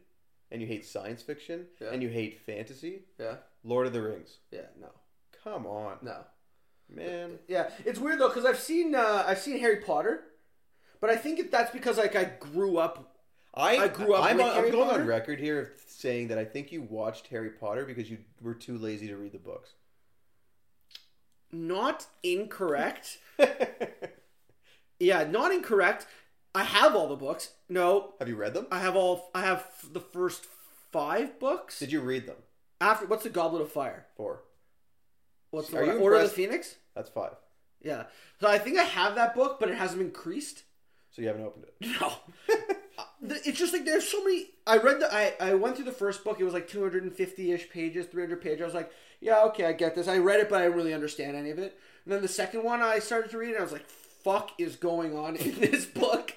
Speaker 3: and you hate science fiction,
Speaker 2: Yeah.
Speaker 3: and you hate fantasy.
Speaker 2: Yeah,
Speaker 3: Lord of the Rings.
Speaker 2: yeah, no,
Speaker 3: Come on,
Speaker 2: no.
Speaker 3: man.
Speaker 2: Yeah, it's weird though because I've seen uh, I've seen Harry Potter, but I think if that's because like I grew up.
Speaker 3: I,
Speaker 2: I grew up
Speaker 3: I'm,
Speaker 2: with
Speaker 3: on,
Speaker 2: Harry
Speaker 3: I'm going
Speaker 2: Potter.
Speaker 3: on record here of saying that I think you watched Harry Potter because you were too lazy to read the books.
Speaker 2: Not incorrect. yeah, not incorrect. I have all the books. No,
Speaker 3: have you read them?
Speaker 2: I have all. I have the first five books.
Speaker 3: Did you read them?
Speaker 2: After what's the Goblet of Fire?
Speaker 3: Four.
Speaker 2: What's the
Speaker 3: Are you
Speaker 2: Order of the
Speaker 3: impressed-
Speaker 2: Phoenix?
Speaker 3: That's five.
Speaker 2: Yeah. So I think I have that book, but it hasn't been creased.
Speaker 3: So you haven't opened it.
Speaker 2: No. Uh, the- it's just like there's so many. I read the. I I went through the first book. It was like 250 ish pages, 300 pages. I was like, yeah, okay, I get this. I read it, but I didn't really understand any of it. And then the second one, I started to read, and I was like, fuck is going on in this book?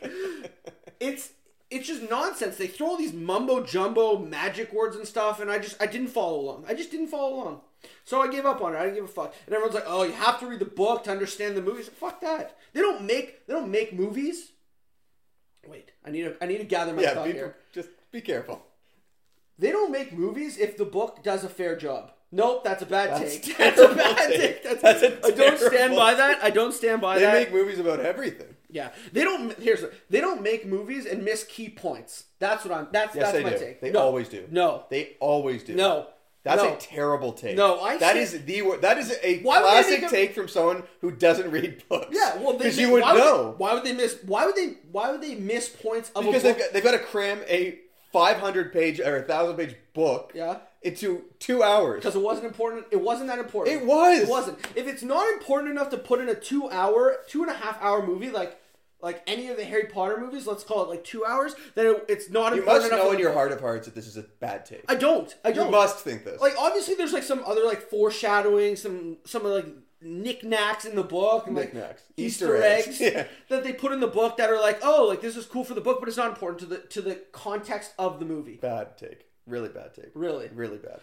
Speaker 2: it's it's just nonsense. They throw all these mumbo jumbo magic words and stuff, and I just I didn't follow along. I just didn't follow along. So I gave up on it. I didn't give a fuck. And everyone's like, "Oh, you have to read the book to understand the movies." Fuck that. They don't make they don't make movies. Wait, I need to I need to gather my
Speaker 3: Yeah,
Speaker 2: thought
Speaker 3: be,
Speaker 2: here.
Speaker 3: just be careful.
Speaker 2: They don't make movies if the book does a fair job. Nope, that's a bad
Speaker 3: That's
Speaker 2: take. That's
Speaker 3: terrible
Speaker 2: a bad
Speaker 3: take.
Speaker 2: take. That's,
Speaker 3: That's a
Speaker 2: I don't stand
Speaker 3: terrible
Speaker 2: by that. I don't stand by
Speaker 3: They
Speaker 2: that.
Speaker 3: make movies about everything.
Speaker 2: Yeah, they don't. Here's the, they don't make movies and miss key points. That's what I'm. That's
Speaker 3: Yes,
Speaker 2: that's
Speaker 3: they
Speaker 2: my
Speaker 3: do.
Speaker 2: take.
Speaker 3: They
Speaker 2: No.
Speaker 3: always do.
Speaker 2: No,
Speaker 3: They always do.
Speaker 2: no,
Speaker 3: That's
Speaker 2: no.
Speaker 3: a terrible take.
Speaker 2: No, I
Speaker 3: That
Speaker 2: see-
Speaker 3: is the wor- that is a
Speaker 2: Why would they
Speaker 3: classic
Speaker 2: make a-
Speaker 3: take from someone who doesn't read books.
Speaker 2: yeah. Well, they-
Speaker 3: because
Speaker 2: they-
Speaker 3: you would
Speaker 2: why
Speaker 3: know.
Speaker 2: Would, why would they miss? Why would they? Why would they miss points of
Speaker 3: because
Speaker 2: a
Speaker 3: they've
Speaker 2: book?
Speaker 3: got, they've got to cram a 500 page or a thousand page book
Speaker 2: Yeah.
Speaker 3: into two hours.
Speaker 2: Because it wasn't important. It wasn't that important.
Speaker 3: It was.
Speaker 2: It wasn't. If it's not important enough to put in a two-hour, two and a half-hour movie, like like any of the Harry Potter movies, let's call it like two hours, then it, it's not
Speaker 3: You
Speaker 2: important
Speaker 3: must
Speaker 2: enough.
Speaker 3: know
Speaker 2: to-
Speaker 3: in your heart of hearts that this is a bad take.
Speaker 2: I don't. I don't.
Speaker 3: you must think this.
Speaker 2: like obviously there's like some other like foreshadowing, some some like knickknacks in the book, and, like
Speaker 3: Knickknacks.
Speaker 2: Easter,
Speaker 3: Easter
Speaker 2: eggs,
Speaker 3: eggs. Yeah.
Speaker 2: that they put in the book that are like, oh, like this is cool for the book, but it's not important to the to the context of the movie.
Speaker 3: bad take. Really bad take.
Speaker 2: Really?
Speaker 3: Really bad.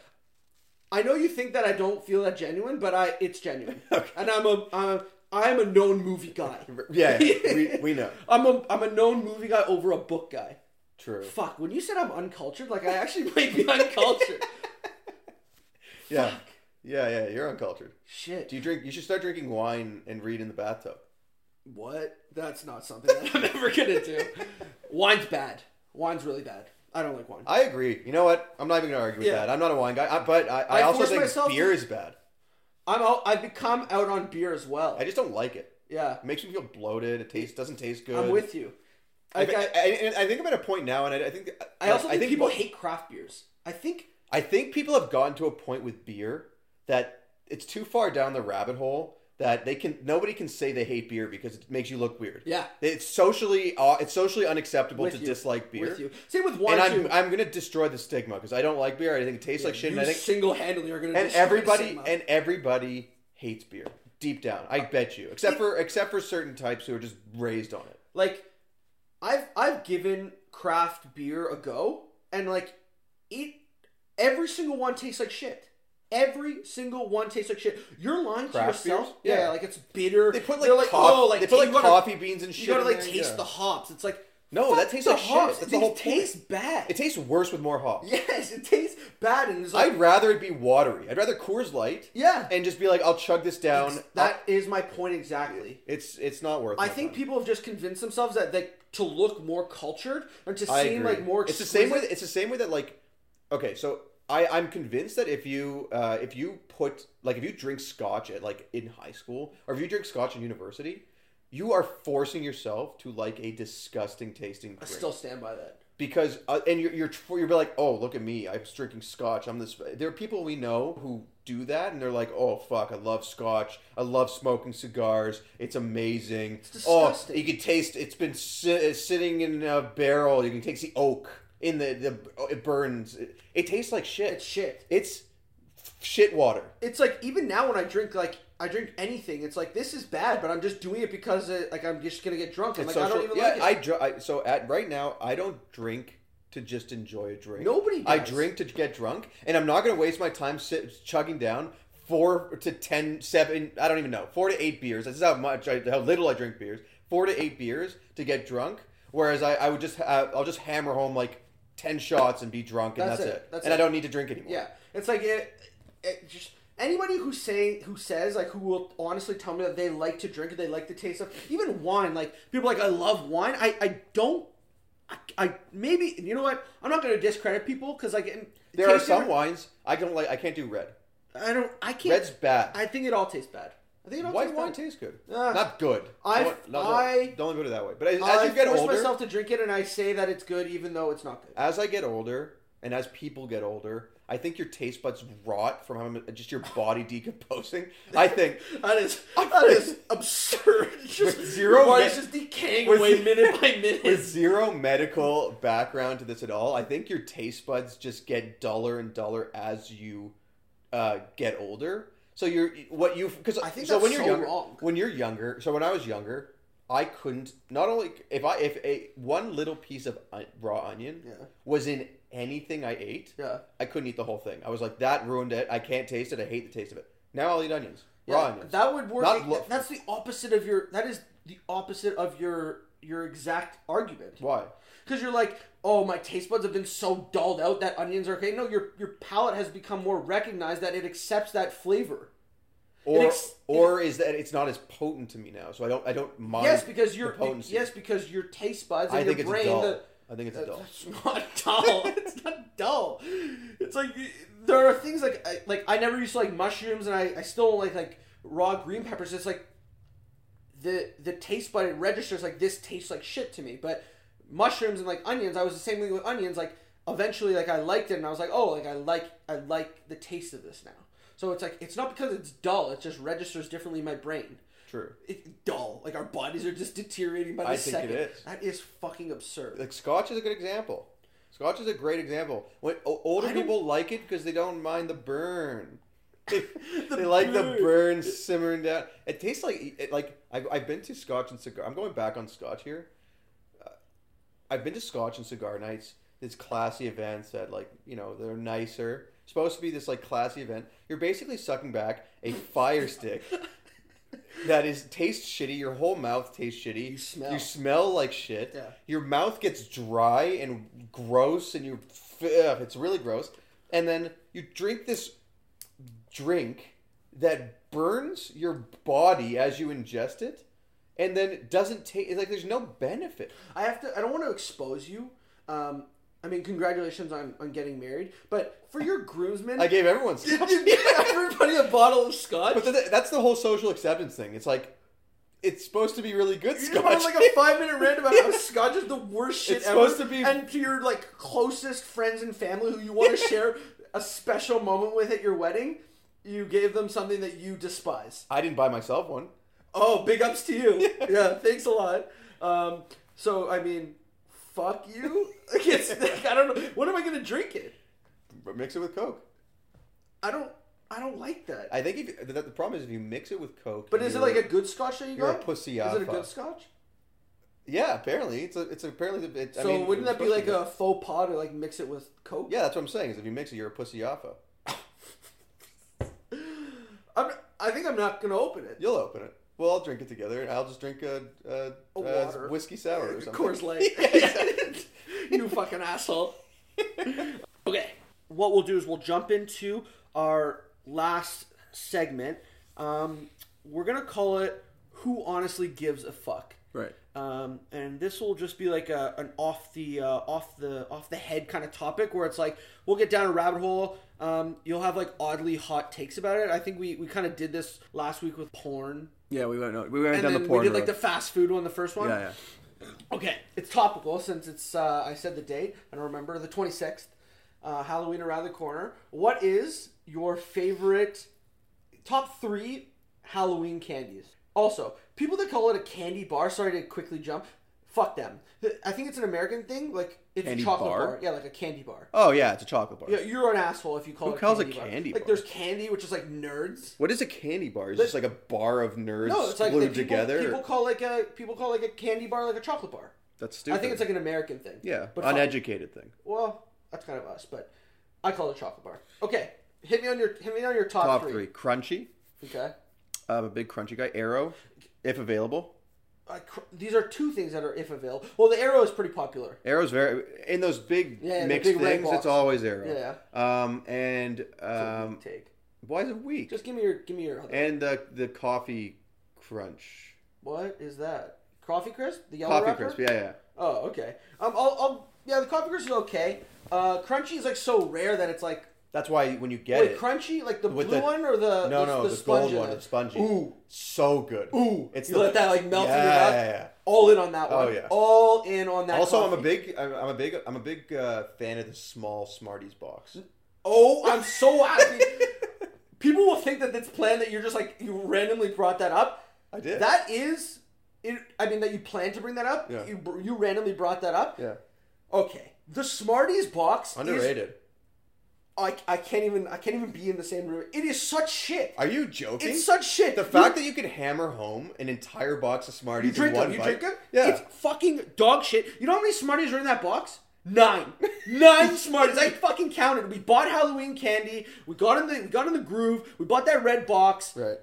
Speaker 2: I know you think that I don't feel that genuine, but I it's genuine, and I'm a I'm a, I'm a known movie guy.
Speaker 3: Yeah, yeah, we, we know.
Speaker 2: I'm a I'm a known movie guy over a book guy.
Speaker 3: True.
Speaker 2: Fuck, when you said I'm uncultured, like I actually might be uncultured.
Speaker 3: Yeah. Yeah, yeah, you're uncultured.
Speaker 2: Shit.
Speaker 3: Do you drink you should start drinking wine and read in the bathtub.
Speaker 2: What? That's not something that I'm ever gonna do. Wine's bad. Wine's really bad. I don't like wine.
Speaker 3: I agree. You know what? I'm not even gonna argue with
Speaker 2: Yeah.
Speaker 3: that. I'm not a wine guy, I, but I, I,
Speaker 2: I
Speaker 3: also
Speaker 2: forced
Speaker 3: think
Speaker 2: myself
Speaker 3: beer
Speaker 2: to-
Speaker 3: is bad.
Speaker 2: I'm out. I've become out on beer as well.
Speaker 3: I just don't like it.
Speaker 2: yeah,
Speaker 3: It makes me feel bloated. It tastes doesn't taste good.
Speaker 2: I'm with you.
Speaker 3: I,
Speaker 2: Like,
Speaker 3: I,
Speaker 2: I,
Speaker 3: I, and I think I'm at a point now, and I, I think
Speaker 2: I also
Speaker 3: like,
Speaker 2: think, people
Speaker 3: mo-
Speaker 2: hate craft beers. I think
Speaker 3: I think people have gotten to a point with beer that it's too far down the rabbit hole that they can nobody can say they hate beer because it makes you look weird.
Speaker 2: Yeah.
Speaker 3: it's socially uh, it's socially unacceptable
Speaker 2: With
Speaker 3: to
Speaker 2: you.
Speaker 3: dislike beer.
Speaker 2: with you. Same with wine
Speaker 3: And
Speaker 2: too.
Speaker 3: I'm I'm gonna destroy the stigma because I don't like beer. I think it tastes like shit.
Speaker 2: you
Speaker 3: And I think
Speaker 2: single-handedly are gonna
Speaker 3: and
Speaker 2: destroy
Speaker 3: everybody
Speaker 2: Sigma.
Speaker 3: and everybody hates beer deep down. I bet you, except for except for certain types who are just raised on it.
Speaker 2: like I've I've given craft beer a go and like it every single one tastes like shit. Every single one tastes like shit. You're lying
Speaker 3: Craft
Speaker 2: to yourself.
Speaker 3: beers? Yeah.
Speaker 2: like it's bitter.
Speaker 3: They put like,
Speaker 2: They're
Speaker 3: coff-
Speaker 2: oh, like
Speaker 3: they put like
Speaker 2: you gotta,
Speaker 3: coffee beans and shit.
Speaker 2: You gotta
Speaker 3: in
Speaker 2: like
Speaker 3: there,
Speaker 2: taste
Speaker 3: yeah.
Speaker 2: the hops. It's like
Speaker 3: No,
Speaker 2: fuck
Speaker 3: that tastes
Speaker 2: the
Speaker 3: like shit.
Speaker 2: hops.
Speaker 3: That's
Speaker 2: it
Speaker 3: the whole
Speaker 2: tastes bad.
Speaker 3: It tastes worse with more hops.
Speaker 2: yes, it tastes bad, and it's like
Speaker 3: I'd rather it be watery. I'd rather Coors Light
Speaker 2: yeah.
Speaker 3: and just be like, I'll chug this down.
Speaker 2: that is my point exactly.
Speaker 3: I'll- it's it's not worth.
Speaker 2: I
Speaker 3: my
Speaker 2: think
Speaker 3: time.
Speaker 2: people have just convinced themselves that they to look more cultured or to
Speaker 3: I
Speaker 2: seem
Speaker 3: agree.
Speaker 2: like more.
Speaker 3: It's the same way.
Speaker 2: exquisite.
Speaker 3: It's the same way that like, okay, so I I'm convinced that if you uh, if you put like if you drink scotch at like in high school or if you drink scotch in university, you are forcing yourself to like a disgusting tasting.
Speaker 2: I
Speaker 3: Drink.
Speaker 2: still stand by that.
Speaker 3: because uh, and you're, you're tr- you're like oh look at me i'm drinking scotch i'm this there are people we know who do that and they're like oh fuck i love scotch i love smoking cigars it's amazing it's
Speaker 2: disgusting.
Speaker 3: oh you can taste it's been si- sitting in a barrel you can taste the oak in the, the it burns it, it tastes like shit
Speaker 2: It's shit.
Speaker 3: it's shit water
Speaker 2: It's like even now when I drink, like I drink anything, it's like this is bad, but I'm just doing it because uh like I'm just gonna get drunk. I'm like
Speaker 3: So
Speaker 2: I don't
Speaker 3: sure-
Speaker 2: even like
Speaker 3: yeah,
Speaker 2: it.
Speaker 3: I, dr- I so at right now I don't drink to just enjoy a drink.
Speaker 2: Nobody
Speaker 3: I
Speaker 2: does.
Speaker 3: drink to get drunk, and I'm not going to waste my time sit, chugging down four to ten, seven. I don't even know four to eight beers. This is how much, I, how little I drink beers. Four to eight beers to get drunk. Whereas I, I would just uh, I'll just hammer home like ten shots and be drunk, and
Speaker 2: That's
Speaker 3: that's,
Speaker 2: it.
Speaker 3: it.
Speaker 2: That's
Speaker 3: and
Speaker 2: it.
Speaker 3: I don't need to drink anymore.
Speaker 2: yeah, it's like it, it just. Anybody who say who says like who will honestly tell me that they like to drink, they like the taste of even wine. Like people are like I love wine. I I don't. I, I maybe you know what I'm not going to discredit people because like in-
Speaker 3: There are
Speaker 2: taste
Speaker 3: some
Speaker 2: different-
Speaker 3: wines I don't like. I can't do red.
Speaker 2: I don't I can't
Speaker 3: Red's bad.
Speaker 2: I think it all tastes bad. I think it all
Speaker 3: White
Speaker 2: tastes bad.
Speaker 3: wine tastes good.
Speaker 2: Uh,
Speaker 3: not good.
Speaker 2: I-
Speaker 3: don't, no,
Speaker 2: I-
Speaker 3: don't, don't put it that way. But as,
Speaker 2: I
Speaker 3: as you get
Speaker 2: force
Speaker 3: older,
Speaker 2: myself to drink it, and I say that it's good, even though it's not good.
Speaker 3: as I get older and as people get older,
Speaker 5: I think your taste buds rot from how mu- just your body decomposing. I think
Speaker 6: That is that is absurd. Just
Speaker 3: zero
Speaker 6: your body's
Speaker 3: me-
Speaker 6: just decaying
Speaker 3: with-
Speaker 6: away minute by minute.
Speaker 3: with
Speaker 6: It's
Speaker 3: zero medical background to this at all, I think your taste buds just get duller and duller as you uh, get older. So you're what you because
Speaker 2: I think
Speaker 3: so
Speaker 2: that's
Speaker 3: when you're
Speaker 2: so
Speaker 3: younger,
Speaker 2: wrong.
Speaker 3: when you're younger. So when I was younger, I couldn't not only if I if a one little piece of on- raw onion
Speaker 2: Yeah.
Speaker 3: was in anything I ate,
Speaker 2: Yeah.
Speaker 3: I couldn't eat the whole thing. I was like that ruined it. I can't taste it. I hate the taste of it. Now I'll eat onions, raw
Speaker 2: Yeah,
Speaker 3: onions.
Speaker 2: that would work.
Speaker 3: Not lo-
Speaker 2: that's the opposite of your. That is the opposite of your your exact argument.
Speaker 3: Why?
Speaker 2: Because you're like, oh, my taste buds have been so dulled out that onions are okay. No, your your palate has become more recognized that it accepts that flavor.
Speaker 3: Or
Speaker 2: ex-
Speaker 3: or is that it's not as potent to me now? So I don't I don't mind.
Speaker 2: yes, because
Speaker 3: the
Speaker 2: your
Speaker 3: potency.
Speaker 2: yes because your taste buds
Speaker 3: I
Speaker 2: and
Speaker 3: think
Speaker 2: your
Speaker 3: it's
Speaker 2: brain.
Speaker 3: dull.
Speaker 2: The,
Speaker 3: I think it's dull.
Speaker 6: not dull.
Speaker 2: it's not dull. It's like there are things like I, like I never used to like mushrooms, and I, I still don't like like raw green peppers. It's like the the taste bud it registers like this tastes like shit to me. But mushrooms and like onions, I was the same way with onions. Like eventually, like I liked it, and I was like, oh, like I like I like the taste of this now. So it's like it's not because it's dull; it just registers differently in my brain.
Speaker 3: True.
Speaker 2: It's dull. Like our bodies are just deteriorating by the
Speaker 3: I think it
Speaker 2: second.
Speaker 3: is.
Speaker 2: That is fucking absurd.
Speaker 3: Like Scotch is a good example. Scotch is a great example. When o- older
Speaker 2: I don't-
Speaker 3: people like it because they don't mind the burn. they like the burn simmering down. It tastes like it, like I've, I've been to Scotch and cigar. I'm going back on Scotch here. Uh, I've been to Scotch and cigar nights. These classy events that like you know they're nicer. Supposed to be this like classy event. You're basically sucking back a fire stick that is tastes shitty. Your whole mouth tastes shitty. You
Speaker 2: smell.
Speaker 3: You smell like shit.
Speaker 2: Yeah.
Speaker 3: Your mouth gets dry and gross, and you ugh, it's really gross. And then you drink this drink that burns your body as you ingest it, and then doesn't taste like there's no benefit.
Speaker 2: I have to. I don't want to expose you. Um, I mean, congratulations on, on getting married, but for your groomsmen,
Speaker 3: I gave everyone scotch,
Speaker 6: Everybody a bottle of scotch.
Speaker 3: but th- that's the whole social acceptance thing. It's like it's supposed to be really good
Speaker 2: you just
Speaker 3: scotch.
Speaker 2: wanted like a five minute rant about how scotch is the worst shit
Speaker 3: It's
Speaker 2: ever.
Speaker 3: supposed to be-
Speaker 2: and to your like closest friends and family who you want to share a special moment with at your wedding, you gave them something that you despise.
Speaker 3: I didn't buy myself one.
Speaker 2: Oh, big ups to you. yeah, thanks a lot. Um, so I mean, fuck you. Like, it's, like, I don't know. What am I gonna drink it?
Speaker 3: But mix it with Coke.
Speaker 2: I don't. I don't like that.
Speaker 3: I think if the, the problem is if you mix it with Coke.
Speaker 2: But is it
Speaker 3: you're-
Speaker 2: like a good scotch that you
Speaker 3: you're a
Speaker 2: got? Is
Speaker 3: pussy
Speaker 2: it a
Speaker 3: alpha.
Speaker 2: good scotch?
Speaker 3: yeah? Apparently, it's a it's apparently the. It, I
Speaker 2: so
Speaker 3: mean,
Speaker 2: wouldn't
Speaker 3: it's
Speaker 2: that be
Speaker 3: supposed
Speaker 2: like
Speaker 3: to
Speaker 2: a faux pas to like mix it with coke?
Speaker 3: Yeah, that's what I'm saying. Is if you mix it, you're a pussy alpha.
Speaker 2: I'm, I think I'm not gonna open it.
Speaker 3: You'll open it. We'll all drink it together, and I'll just drink a, a,
Speaker 2: A
Speaker 3: a
Speaker 2: water.
Speaker 3: whiskey sour or something.
Speaker 2: Of course, like you fucking asshole. okay, what we'll do is we'll jump into our last segment. Um, we're gonna call it "Who Honestly Gives a Fuck."
Speaker 6: right.
Speaker 2: um, and this will just be like a, an off the uh, off the off the head kind of topic where it's like we'll get down a rabbit hole. Um, you'll have like oddly hot takes about it. I think we, we kind of did this last week with porn,
Speaker 6: Yeah, we went. no, We went
Speaker 2: and
Speaker 6: down
Speaker 2: then
Speaker 6: the porn
Speaker 2: we did like the
Speaker 6: road.
Speaker 2: fast food one, the first one.
Speaker 6: yeah, yeah.
Speaker 2: Okay, it's topical since it's uh, I said the date. I don't remember the twenty sixth, uh, Halloween around the corner. What is your favorite top three Halloween candies? Also, people that call it a candy bar. Sorry to quickly jump. Fuck them. I think it's an American thing. Like it's
Speaker 5: Candy
Speaker 2: a chocolate
Speaker 5: bar?
Speaker 2: bar? Yeah, like a candy bar.
Speaker 5: oh yeah, it's a chocolate bar.
Speaker 2: Yeah, you're an asshole if you call
Speaker 5: Who
Speaker 2: it a
Speaker 5: calls
Speaker 2: candy
Speaker 5: it
Speaker 2: bar.
Speaker 5: candy
Speaker 2: Like
Speaker 5: bar?
Speaker 2: there's candy, which is like nerds.
Speaker 5: What is a candy bar? Is it just like a bar of nerds
Speaker 2: No, it's like
Speaker 5: glued
Speaker 2: the people,
Speaker 5: together?
Speaker 2: people call like a people call like a candy bar like a chocolate bar.
Speaker 5: That's stupid.
Speaker 2: I think it's like an American thing.
Speaker 5: yeah,
Speaker 2: fuck it.
Speaker 5: uneducated thing.
Speaker 2: Well, that's kind of us, but I call it a chocolate bar. Okay, hit me on your hit me on your top,
Speaker 5: Top
Speaker 2: three.
Speaker 5: three: crunchy.
Speaker 2: Okay,
Speaker 5: I'm a big crunchy guy. Arrow, if available.
Speaker 2: I cr- these are two things that are if available. Well, the arrow is pretty popular.
Speaker 5: Arrow's very in those big
Speaker 2: Yeah, the
Speaker 5: mixed
Speaker 2: big red
Speaker 5: things.
Speaker 2: box.
Speaker 5: It's always arrow.
Speaker 2: Yeah.
Speaker 5: Yeah. Um, and
Speaker 2: Um,
Speaker 5: um,
Speaker 2: take
Speaker 5: why is it weak?
Speaker 2: just give me your give me your other.
Speaker 5: and the the coffee crunch,
Speaker 2: what is that? Coffee crisp, the yellow
Speaker 5: coffee
Speaker 2: wrapper.
Speaker 5: crisp. Yeah, yeah.
Speaker 2: Oh, okay. Um, I'll, I'll yeah, the coffee crisp is okay. Uh, crunchy is like so rare that it's like
Speaker 3: That's why when you get
Speaker 2: wait,
Speaker 3: it,
Speaker 2: crunchy like the
Speaker 3: With
Speaker 2: blue
Speaker 3: the-
Speaker 2: one or the
Speaker 3: no,
Speaker 2: the,
Speaker 3: no,
Speaker 2: the,
Speaker 3: the,
Speaker 2: sponge
Speaker 3: gold
Speaker 2: in
Speaker 3: one,
Speaker 2: it?
Speaker 3: the spongy.
Speaker 2: Ooh,
Speaker 3: so good.
Speaker 2: ooh,
Speaker 3: it's
Speaker 2: you
Speaker 3: the-
Speaker 2: let that like melt in your
Speaker 3: Yeah,
Speaker 2: mouth.
Speaker 3: yeah, yeah.
Speaker 2: All in on that
Speaker 3: Oh,
Speaker 2: one.
Speaker 3: yeah.
Speaker 2: All in on that.
Speaker 3: Also, I'm a
Speaker 2: coffee.
Speaker 3: big, I'm I'm a big, I'm a big uh, fan of the small Smarties box.
Speaker 2: Oh, I'm so happy. People will think that it's planned that you're just like you randomly brought that up.
Speaker 3: I did.
Speaker 2: That is, it, I mean, that you planned to bring that up.
Speaker 3: Yeah.
Speaker 2: You br- you randomly brought that up.
Speaker 3: yeah.
Speaker 2: Okay. The Smarties box Is,
Speaker 3: Underrated.
Speaker 2: I, I can't even I can't even be in the same room. It is such shit.
Speaker 3: Are you joking?
Speaker 2: It's such shit.
Speaker 3: the fact that you could hammer home an entire box of Smarties
Speaker 2: you drink
Speaker 3: in one
Speaker 2: them, you drink
Speaker 3: bite.
Speaker 2: them.
Speaker 3: Yeah.
Speaker 2: It's fucking dog shit. You know how many Smarties are in that box? Nine. Nine Smarties. I fucking counted. We bought Halloween candy. We got in the we got in the groove. We bought that red box.
Speaker 3: right.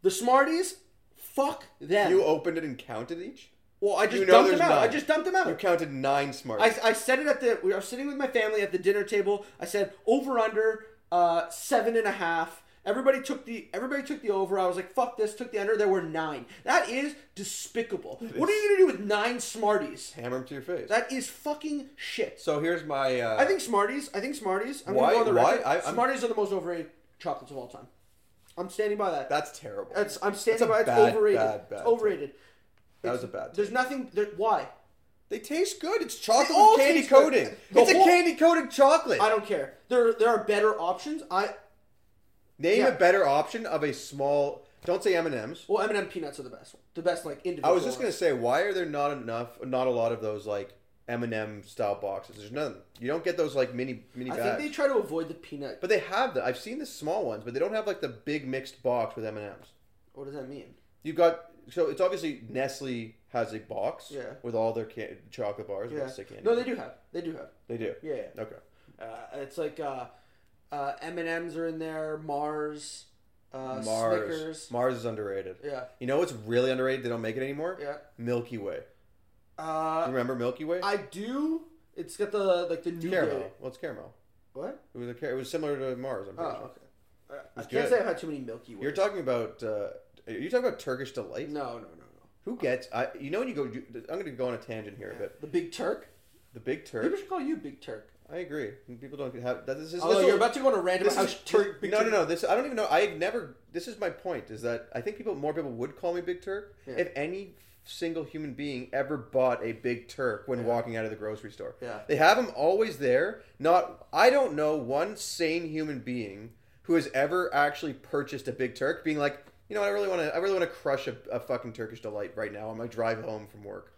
Speaker 2: The Smarties. Fuck them.
Speaker 3: You opened it and counted each.
Speaker 2: well, I just
Speaker 3: you know
Speaker 2: dumped
Speaker 3: there's
Speaker 2: them out. I
Speaker 3: nine.
Speaker 2: just dumped them out.
Speaker 3: You counted nine Smarties.
Speaker 2: I, I said it at the we were sitting with my family at the dinner table. I said over under uh, seven and a half. Everybody took the everybody took the over. I was like, fuck this. Took the under. There were nine. That is despicable. What are you gonna do with nine Smarties?
Speaker 3: Hammer them to your face.
Speaker 2: That is fucking shit.
Speaker 3: so here's my. Uh,
Speaker 2: I think Smarties. I think Smarties. I'm
Speaker 3: Why-
Speaker 2: gonna go on the
Speaker 3: why?
Speaker 2: record.
Speaker 3: I- I'm-
Speaker 2: Smarties are the most overrated chocolates of all time. I'm standing by that.
Speaker 3: that's terrible.
Speaker 2: That's I'm standing
Speaker 3: That's a
Speaker 2: by. It's
Speaker 3: bad,
Speaker 2: overrated.
Speaker 3: bad, bad
Speaker 2: it's overrated.
Speaker 3: that
Speaker 2: It's-
Speaker 3: was a bad.
Speaker 2: There's nothing. There, why?
Speaker 3: They taste good. It's chocolate
Speaker 2: They all
Speaker 3: with candy
Speaker 2: taste good.
Speaker 3: coating.
Speaker 2: The
Speaker 3: It's
Speaker 2: whole-
Speaker 3: a candy coated chocolate.
Speaker 2: I don't care. There there are better options. I
Speaker 3: Name
Speaker 2: yeah.
Speaker 3: a better option of a small. Don't say M and M's.
Speaker 2: Well, M&M peanuts are the best. The best, like, individual.
Speaker 3: I was just gonna
Speaker 2: ones.
Speaker 3: say, why are there not enough, not a lot of those like M and M style boxes? There's none. You don't get those like mini mini
Speaker 2: I
Speaker 3: bags.
Speaker 2: think they try to avoid the peanut.
Speaker 3: But they have the. I've seen the small ones, but they don't have like the big mixed box with M and M's.
Speaker 2: what does that mean?
Speaker 3: You got so it's obviously Nestle has a box
Speaker 2: Yeah.
Speaker 3: with all their can- chocolate bars.
Speaker 2: Yeah.
Speaker 3: With candy.
Speaker 2: No, they do have. They do have.
Speaker 3: They do.
Speaker 2: Yeah, yeah.
Speaker 3: Okay.
Speaker 2: Uh, it's like uh, uh, M&M's are in there. Mars. Uh,
Speaker 3: Mars.
Speaker 2: Snickers.
Speaker 3: Mars is underrated.
Speaker 2: Yeah.
Speaker 3: You know what's really underrated? They don't make it anymore.
Speaker 2: Yeah.
Speaker 3: Milky Way. You
Speaker 2: Uh,
Speaker 3: remember Milky Way?
Speaker 2: I do. It's got the, like, the new
Speaker 3: caramel. Well, it's caramel.
Speaker 2: What?
Speaker 3: It was a car- It was similar to Mars. I'm
Speaker 2: Oh,
Speaker 3: pretty sure.
Speaker 2: okay. Uh, I can't
Speaker 3: It's good.
Speaker 2: say I've had too many Milky Ways.
Speaker 3: You're talking about. Uh, are you talking about Turkish delight?
Speaker 2: No, no, no, no.
Speaker 3: Who gets? I. You know when you go. You, I'm going to go on a tangent here, but
Speaker 2: The Big Turk?
Speaker 3: the Big
Speaker 2: People
Speaker 3: Turk.
Speaker 2: should call you Big Turk.
Speaker 3: I agree. People don't have. That, this is.
Speaker 2: Although
Speaker 3: this
Speaker 2: you're about to go on a rant about
Speaker 3: This
Speaker 2: how
Speaker 3: is,
Speaker 2: Turk, Big
Speaker 3: no,
Speaker 2: Turk
Speaker 3: no, no. This I don't even know. I've never. This is my point. Is that I think people, more people, would call me Big Turk
Speaker 2: Yeah.
Speaker 3: if any single human being ever bought a Big Turk when walking out of the grocery store.
Speaker 2: Yeah.
Speaker 3: they have them always there. Not, I don't know one sane human being who has ever actually purchased a Big Turk, being like, you know, what, I really want to, I really want to crush a, a fucking Turkish delight right now on my drive home from work.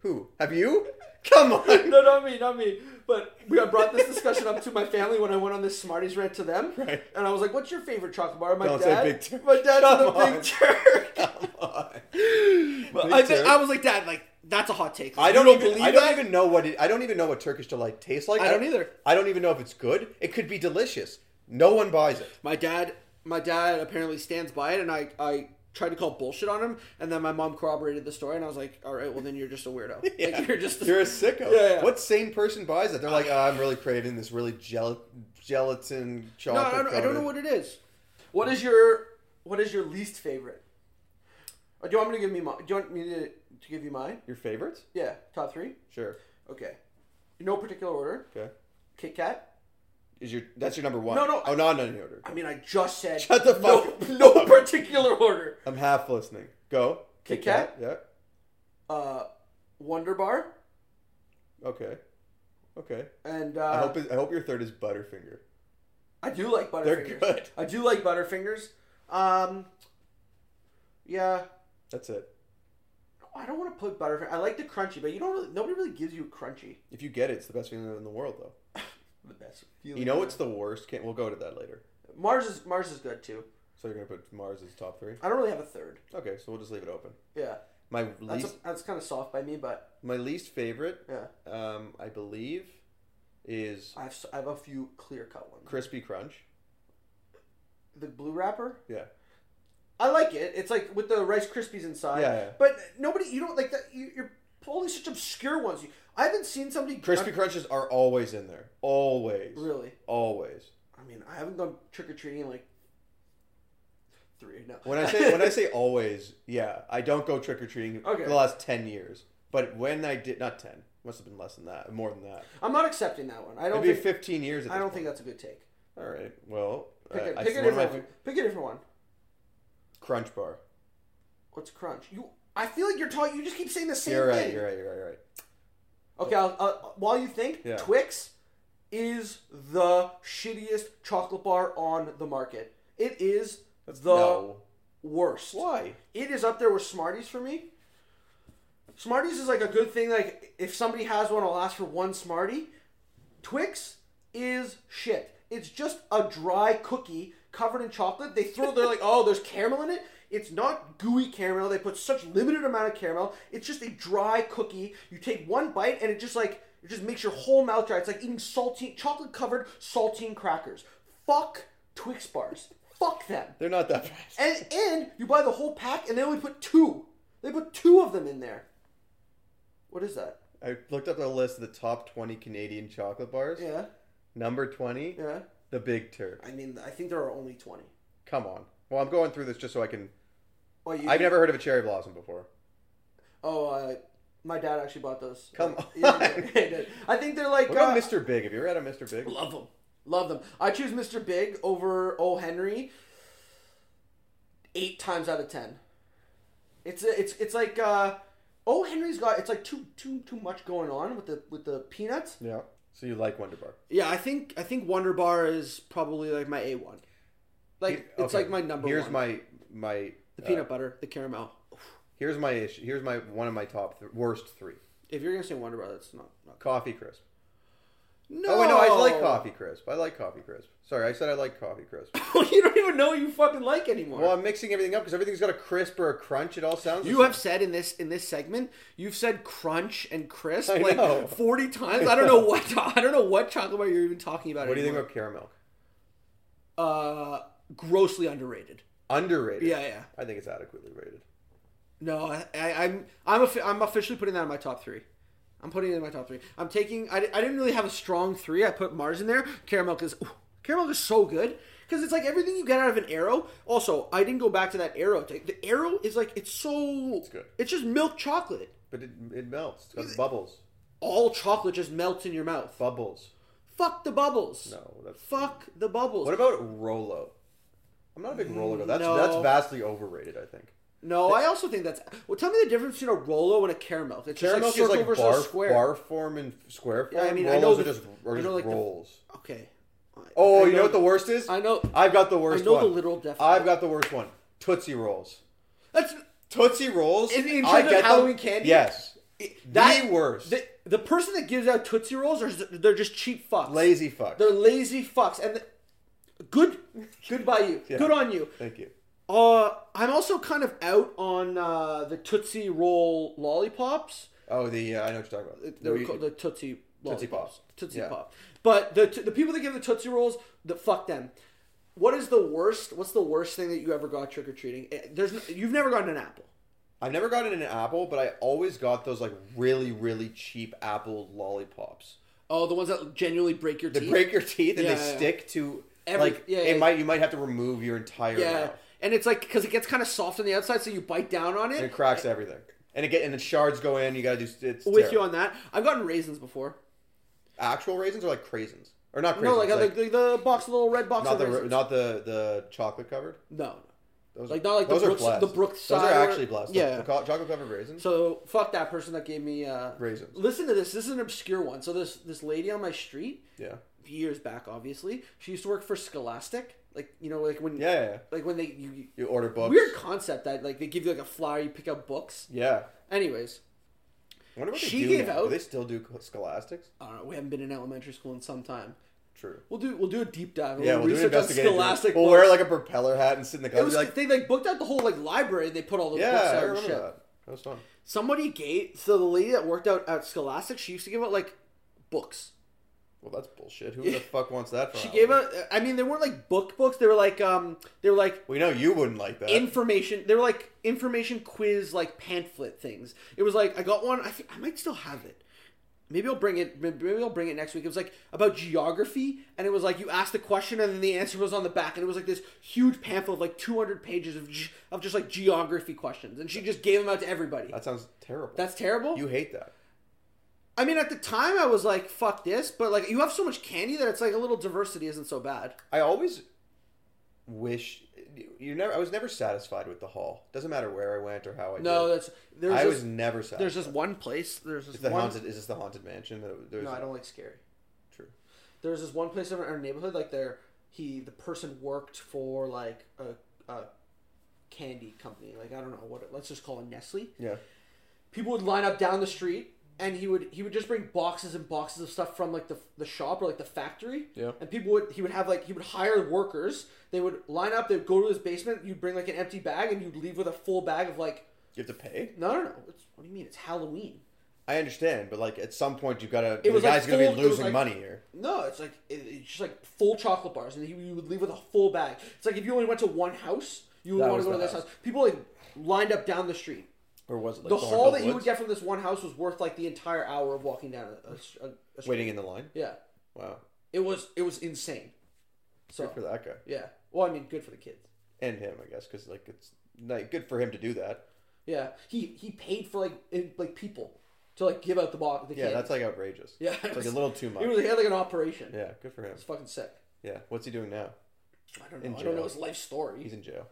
Speaker 3: Who have you? Come on.
Speaker 2: No, not me, not me. But we I brought this discussion up to my family when I went on this Smarties rant to them,
Speaker 3: Right.
Speaker 2: and I was like, "What's your favorite chocolate bar?" My
Speaker 3: Don't say
Speaker 2: dad,
Speaker 3: Big Turk.
Speaker 2: my dad's
Speaker 3: Come
Speaker 2: the Big
Speaker 3: on.
Speaker 2: Turk.
Speaker 3: Come on.
Speaker 2: But
Speaker 3: Big
Speaker 2: I, think-
Speaker 3: Turk?
Speaker 2: I was like, "Dad, like that's a hot take. Like,
Speaker 3: I
Speaker 2: you
Speaker 3: don't, even,
Speaker 2: believe
Speaker 3: I don't
Speaker 2: that."
Speaker 3: even know what it, I don't even know what Turkish delight tastes like.
Speaker 2: I don't either.
Speaker 3: I don't even know if it's good. It could be delicious. No one buys it.
Speaker 2: My dad, my dad apparently stands by it, and I, I tried to call bullshit on him, and then my mom corroborated the story, and I was like, "All right, well then you're just a weirdo. Like, you're just
Speaker 3: you're a sicko.
Speaker 2: Yeah, yeah.
Speaker 3: What sane person buys it? They're like, "Ah, I'm really craving this really gel- gelatin
Speaker 2: no,
Speaker 3: chocolate.
Speaker 2: I don't, I don't know
Speaker 3: coated."
Speaker 2: what it is. What is your what is your least favorite? Or do you want me to give me my? Do you want me to, to give you mine?
Speaker 3: your favorites.
Speaker 2: Yeah, top three.
Speaker 3: Sure.
Speaker 2: Okay. In no particular order.
Speaker 3: Okay.
Speaker 2: Kit Kat.
Speaker 3: Is your that's your number one?
Speaker 2: No, no,
Speaker 3: Oh, not in any order.
Speaker 2: I mean, I just said.
Speaker 3: Shut the
Speaker 2: no-
Speaker 3: fuck up.
Speaker 2: No, particular order.
Speaker 3: I'm half listening. Go.
Speaker 2: Kit Uh, Wonder Bar
Speaker 3: Yeah. Okay. Okay.
Speaker 2: and uh,
Speaker 3: I
Speaker 2: I,
Speaker 3: hope it, I hope your third is Butterfinger.
Speaker 2: do like
Speaker 3: They're
Speaker 2: Butterfingers.
Speaker 3: good.
Speaker 2: I do like Butterfingers. Um, yeah.
Speaker 3: That's it.
Speaker 2: I don't want to put Butterfinger. I like the crunchy, but you don't. Really, nobody really gives you a crunchy.
Speaker 3: If you get it, it's the best feeling in the world, though.
Speaker 2: The best.
Speaker 3: You know what's the worst? Can't, we'll go to that later.
Speaker 2: Mars is Mars is good too.
Speaker 3: So you're gonna put Mars as top three?
Speaker 2: I don't really have a third.
Speaker 3: Okay, so we'll just leave it open.
Speaker 2: Yeah,
Speaker 3: My
Speaker 2: that's a,
Speaker 3: least,
Speaker 2: that's kind of soft by me, but
Speaker 3: my least favorite,
Speaker 2: yeah,
Speaker 3: um, I believe, is
Speaker 2: I have s- I have a few clear cut ones.
Speaker 3: crispy crunch.
Speaker 2: The blue wrapper.
Speaker 3: Yeah,
Speaker 2: I like it. It's like with the Rice Krispies inside.
Speaker 3: Yeah, yeah.
Speaker 2: But nobody, you don't like that. You, you're only such obscure ones. You, I haven't seen somebody
Speaker 3: crispy crunches are always in there. Always,
Speaker 2: Really,
Speaker 3: always.
Speaker 2: I mean, I haven't gone trick or treating in like three. No.
Speaker 3: When I say when I say always, yeah, I don't go trick or treating
Speaker 2: Okay.
Speaker 3: for the last ten years. But when I did, not ten, must have been less than that, more than that.
Speaker 2: I'm not accepting that one. I don't
Speaker 3: Maybe
Speaker 2: think.
Speaker 3: fifteen years. At
Speaker 2: I
Speaker 3: this
Speaker 2: don't
Speaker 3: point.
Speaker 2: think that's a good take.
Speaker 3: All right. Well,
Speaker 2: Pick,
Speaker 3: uh,
Speaker 2: a,
Speaker 3: I-
Speaker 2: pick a
Speaker 3: one of my
Speaker 2: different one. Pick a different one.
Speaker 3: fa- crunch bar.
Speaker 2: What's crunch? You. I feel like you're talking. You just keep saying the same
Speaker 3: You're right.
Speaker 2: thing.
Speaker 3: You're right. You're right. You're right.
Speaker 2: Okay. I'll, I'll, while you think,
Speaker 3: Yeah.
Speaker 2: Twix is the shittiest chocolate bar on the market. It is the
Speaker 3: No.
Speaker 2: worst.
Speaker 3: Why?
Speaker 2: It is up there with Smarties for me. Smarties is like a good thing. Like if somebody has one, I'll ask for one Smartie. Twix is shit. It's just a dry cookie covered in chocolate. They throw they're like, oh, there's caramel in it. It's not gooey caramel. They put such limited amount of caramel. It's just a dry cookie. You take one bite and it just like it just makes your whole mouth dry. It's like eating saltine chocolate covered saltine crackers. Fuck Twix bars. Fuck them.
Speaker 3: They're not that bad.
Speaker 2: And and you buy the whole pack, and they only put two. They put two of them in there. What is that?
Speaker 3: I looked up a list of the top 20 Canadian chocolate bars.
Speaker 2: Yeah,
Speaker 3: Number 20,
Speaker 2: yeah.
Speaker 3: the Big Turk.
Speaker 2: I mean, I think there are only twenty.
Speaker 3: Come on. Well, I'm going through this just so I can.
Speaker 2: Oh, you,
Speaker 3: I've never heard of a cherry blossom before.
Speaker 2: Oh, uh, my dad actually bought those.
Speaker 3: Come
Speaker 2: Uh,
Speaker 3: on.
Speaker 2: yeah, he did. He did. I think they're like
Speaker 3: What about
Speaker 2: uh,
Speaker 3: Mr. Big? Have you ever had a Mr. Big?
Speaker 6: Love them.
Speaker 2: Love them. I choose Mr. Big over O Henry. Eight times out of ten. It's a, it's it's like uh, O Henry's got it's like too too too much going on with the with the peanuts.
Speaker 3: Yeah. So you like Wonder Bar?
Speaker 2: Yeah, I think I think Wonder Bar is probably like my A one. Like it's
Speaker 3: Okay,
Speaker 2: like my number
Speaker 3: Here's
Speaker 2: one.
Speaker 3: my my
Speaker 2: the
Speaker 3: uh,
Speaker 2: peanut butter, the caramel.
Speaker 3: Here's my issue. Here's my one of my top th- worst three.
Speaker 2: If you're gonna say Wonder Bar, that's not. not
Speaker 3: Coffee crisp.
Speaker 2: no,
Speaker 3: Oh wait, no, I like coffee crisp. I like coffee crisp. Sorry, I said I like coffee crisp.
Speaker 2: you don't even know what you fucking like anymore.
Speaker 3: well, I'm mixing everything up because everything's got a crisp or a crunch. It all sounds. the
Speaker 2: you
Speaker 3: same.
Speaker 2: have said in this in this segment, you've said crunch and crisp
Speaker 3: I
Speaker 2: like
Speaker 3: know.
Speaker 2: forty times. I don't know what I don't know what chocolate bar you're even talking about.
Speaker 3: What do you think
Speaker 2: anymore.
Speaker 3: about caramel?
Speaker 2: Uh, grossly underrated.
Speaker 3: Underrated.
Speaker 2: Yeah, yeah.
Speaker 3: I think it's adequately rated.
Speaker 2: No, I, I, I'm I'm offi- I'm officially putting that in my top three. I'm putting it in my top three. I'm taking. I, di- I didn't really have a strong three. I put Mars in there. Caramel is ooh, caramel is so good because it's like everything you get out of an arrow. Also, I didn't go back to that arrow. Take The arrow is like it's so. It's
Speaker 3: good.
Speaker 2: It's just milk chocolate.
Speaker 3: But it, it melts. It's got bubbles.
Speaker 2: All chocolate just melts in your mouth.
Speaker 3: Bubbles.
Speaker 2: Fuck the bubbles.
Speaker 3: No, that's.
Speaker 2: Fuck the bubbles.
Speaker 3: What about Rolo? I'm not a big Rolo guy. That's
Speaker 2: no.
Speaker 3: that's vastly overrated. I think.
Speaker 2: no, I also think that's. Well, tell me the difference between a Rolo and a caramel. It's
Speaker 3: Caramel
Speaker 2: just like circle
Speaker 3: is like
Speaker 2: versus
Speaker 3: bar,
Speaker 2: square.
Speaker 3: bar form and square
Speaker 2: Yeah,
Speaker 3: form.
Speaker 2: I mean, I
Speaker 3: Rolos
Speaker 2: know
Speaker 3: are
Speaker 2: the-
Speaker 3: just, are
Speaker 2: I know,
Speaker 3: just
Speaker 2: like, the-
Speaker 3: rolls.
Speaker 2: Okay.
Speaker 3: oh,
Speaker 2: I
Speaker 3: you know what the worst is?
Speaker 2: I know.
Speaker 3: I've got the worst
Speaker 2: I know
Speaker 3: one.
Speaker 2: the literal definition.
Speaker 3: I've got the worst one. Tootsie Rolls.
Speaker 2: That's
Speaker 3: Tootsie Rolls.
Speaker 2: In- in
Speaker 3: I
Speaker 2: terms of
Speaker 3: get them-
Speaker 2: Halloween candy?
Speaker 3: Yes.
Speaker 2: that
Speaker 3: the worst.
Speaker 2: The, the person that gives out Tootsie Rolls are they're just cheap fucks.
Speaker 3: Lazy fuck.
Speaker 2: They're lazy fucks, and the- good, good by you. Good on you.
Speaker 3: Thank you.
Speaker 2: Uh, I'm also kind of out on uh, the Tootsie Roll lollipops.
Speaker 3: Oh, the uh, I know what you're talking about.
Speaker 2: They're
Speaker 3: We-
Speaker 2: called the Tootsie
Speaker 3: Tootsie
Speaker 2: lollipops.
Speaker 3: Pops.
Speaker 2: Tootsie
Speaker 3: Yeah.
Speaker 2: Pop. But the the people that give the Tootsie Rolls, the fuck them. What is the worst? What's the worst thing that you ever got trick or treating? There's n- you've never gotten an apple.
Speaker 3: I've never gotten an apple, but I always got those like really, really cheap apple lollipops.
Speaker 2: Oh, the ones that genuinely break your
Speaker 3: They
Speaker 2: teeth.
Speaker 3: break your teeth and
Speaker 2: Yeah,
Speaker 3: they
Speaker 2: yeah.
Speaker 3: stick to
Speaker 2: Every-
Speaker 3: like
Speaker 2: yeah,
Speaker 3: it
Speaker 2: yeah.
Speaker 3: might you might have to remove your entire
Speaker 2: Yeah,
Speaker 3: mouth.
Speaker 2: and it's like because it gets kind of soft on the outside, so you bite down on it.
Speaker 3: And it cracks everything. And it get and the shards go in. You gotta do. It's
Speaker 2: with
Speaker 3: terrible.
Speaker 2: you on that, I've gotten raisins before.
Speaker 3: actual raisins or like craisins or not craisins.
Speaker 2: No, like, uh,
Speaker 3: like,
Speaker 2: like, like the box, the little red box
Speaker 3: not
Speaker 2: of
Speaker 3: the
Speaker 2: raisins.
Speaker 3: not the the chocolate covered.
Speaker 2: no, no.
Speaker 3: Those
Speaker 2: Like, not like the
Speaker 3: those are
Speaker 2: Brooks-
Speaker 3: blessed.
Speaker 2: the Brooks
Speaker 3: Those are
Speaker 2: cider-
Speaker 3: actually blessed. The-
Speaker 2: yeah.
Speaker 3: the co- chocolate covered raisins.
Speaker 2: So fuck that person that gave me uh,
Speaker 3: Raisins.
Speaker 2: Listen to this. This is an obscure one. So this this lady on my street,
Speaker 3: yeah.
Speaker 2: years back, obviously, she used to work for Scholastic. Like you know, like when
Speaker 3: yeah, yeah, yeah.
Speaker 2: like when they you,
Speaker 3: You order books.
Speaker 2: weird concept that like they give you like a flyer, you pick up books.
Speaker 3: Yeah.
Speaker 2: Anyways,
Speaker 3: I wonder what they
Speaker 2: She
Speaker 3: do
Speaker 2: gave
Speaker 3: now.
Speaker 2: out-
Speaker 3: Do they still do scholastics?
Speaker 2: I don't know. We haven't been in elementary school in some time.
Speaker 3: True.
Speaker 2: We'll do we'll do a deep dive.
Speaker 3: Yeah, we'll do an
Speaker 2: research on
Speaker 3: investigative.
Speaker 2: Scholastic.
Speaker 3: we'll
Speaker 2: books.
Speaker 3: wear like a propeller hat and sit in the car.
Speaker 2: It was
Speaker 3: like,
Speaker 2: they like booked out the whole like library. and They put all the books
Speaker 3: yeah, I
Speaker 2: out and
Speaker 3: remember
Speaker 2: shit.
Speaker 3: that. That was fun.
Speaker 2: Somebody gave so the lady that worked out at Scholastic, she used to give out like books.
Speaker 3: Well, that's bullshit. Who the fuck wants that? For
Speaker 2: She
Speaker 3: Halloween?
Speaker 2: gave out. I mean, they weren't like book books. They were like um, they were like
Speaker 3: We know you wouldn't like that.
Speaker 2: information. They were like information quiz like pamphlet things. It was like I got one. I think I might still have it. Maybe I'll bring it. Maybe I'll bring it next week. It was like about geography, and it was like you asked the question, and then the answer was on the back, and it was like this huge pamphlet of like 200 pages of ge- of just like geography questions, and she just gave them out to everybody.
Speaker 3: that sounds terrible.
Speaker 2: That's terrible.
Speaker 3: you hate that.
Speaker 2: I mean, at the time, I was like, "Fuck this," but like, you have so much candy that it's like a little diversity isn't so bad.
Speaker 3: I always wish you never. I was never satisfied with the haul. Doesn't matter where I went or how I
Speaker 2: No,
Speaker 3: did.
Speaker 2: that's there's
Speaker 3: I
Speaker 2: just,
Speaker 3: was never satisfied.
Speaker 2: there's just one place. There's just
Speaker 3: Is the
Speaker 2: one.
Speaker 3: haunted. Is this the haunted mansion? That it- there's
Speaker 2: no, I don't like scary.
Speaker 3: True.
Speaker 2: There's this one place in our neighborhood, like there, he the person worked for like a, a candy company, like I don't know what. it- Let's just call it Nestle.
Speaker 3: Yeah.
Speaker 2: People would line up down the street, and he would he would just bring boxes and boxes of stuff from like the the shop or like the factory.
Speaker 3: Yeah.
Speaker 2: And people would he would have like he would hire workers. They would line up. They'd go to his basement. You'd bring like an empty bag, and you'd leave with a full bag of like
Speaker 3: You have to pay.
Speaker 2: no no no. It's, what do you mean? It's Halloween.
Speaker 3: I understand, but like at some point you gotta.
Speaker 2: It was,
Speaker 3: the
Speaker 2: like,
Speaker 3: guy's gonna
Speaker 2: full-
Speaker 3: be
Speaker 2: it was,
Speaker 3: losing
Speaker 2: like-
Speaker 3: money here.
Speaker 2: No, it's like it, it's just like full chocolate bars, and you, you would leave with a full bag. It's like if you only went to one house, you would
Speaker 3: That
Speaker 2: want
Speaker 3: was
Speaker 2: to go to
Speaker 3: the
Speaker 2: this
Speaker 3: house.
Speaker 2: house. People like lined up down the street.
Speaker 3: Or was it like
Speaker 2: The haul that you would
Speaker 3: Woods?
Speaker 2: get from this one house was worth like the entire hour of walking down a, a, a- a street.
Speaker 3: waiting in the line?
Speaker 2: Yeah,
Speaker 3: Wow,
Speaker 2: it was it was insane. So
Speaker 3: good for that guy
Speaker 2: yeah, well, I mean, good for the kids.
Speaker 3: and him, I guess, because like it's like, good for him to do that.
Speaker 2: Yeah, he he paid for like in, like people to like give out the box. The
Speaker 3: Yeah,
Speaker 2: candy.
Speaker 3: that's like outrageous.
Speaker 2: yeah,
Speaker 3: it's like a little too much.
Speaker 2: It was he had like an operation.
Speaker 3: yeah, good for him.
Speaker 2: it's fucking sick.
Speaker 3: Yeah, what's he doing now?
Speaker 2: I don't know.
Speaker 3: In
Speaker 2: I don't know
Speaker 3: jail.
Speaker 2: his life story.
Speaker 3: He's in jail,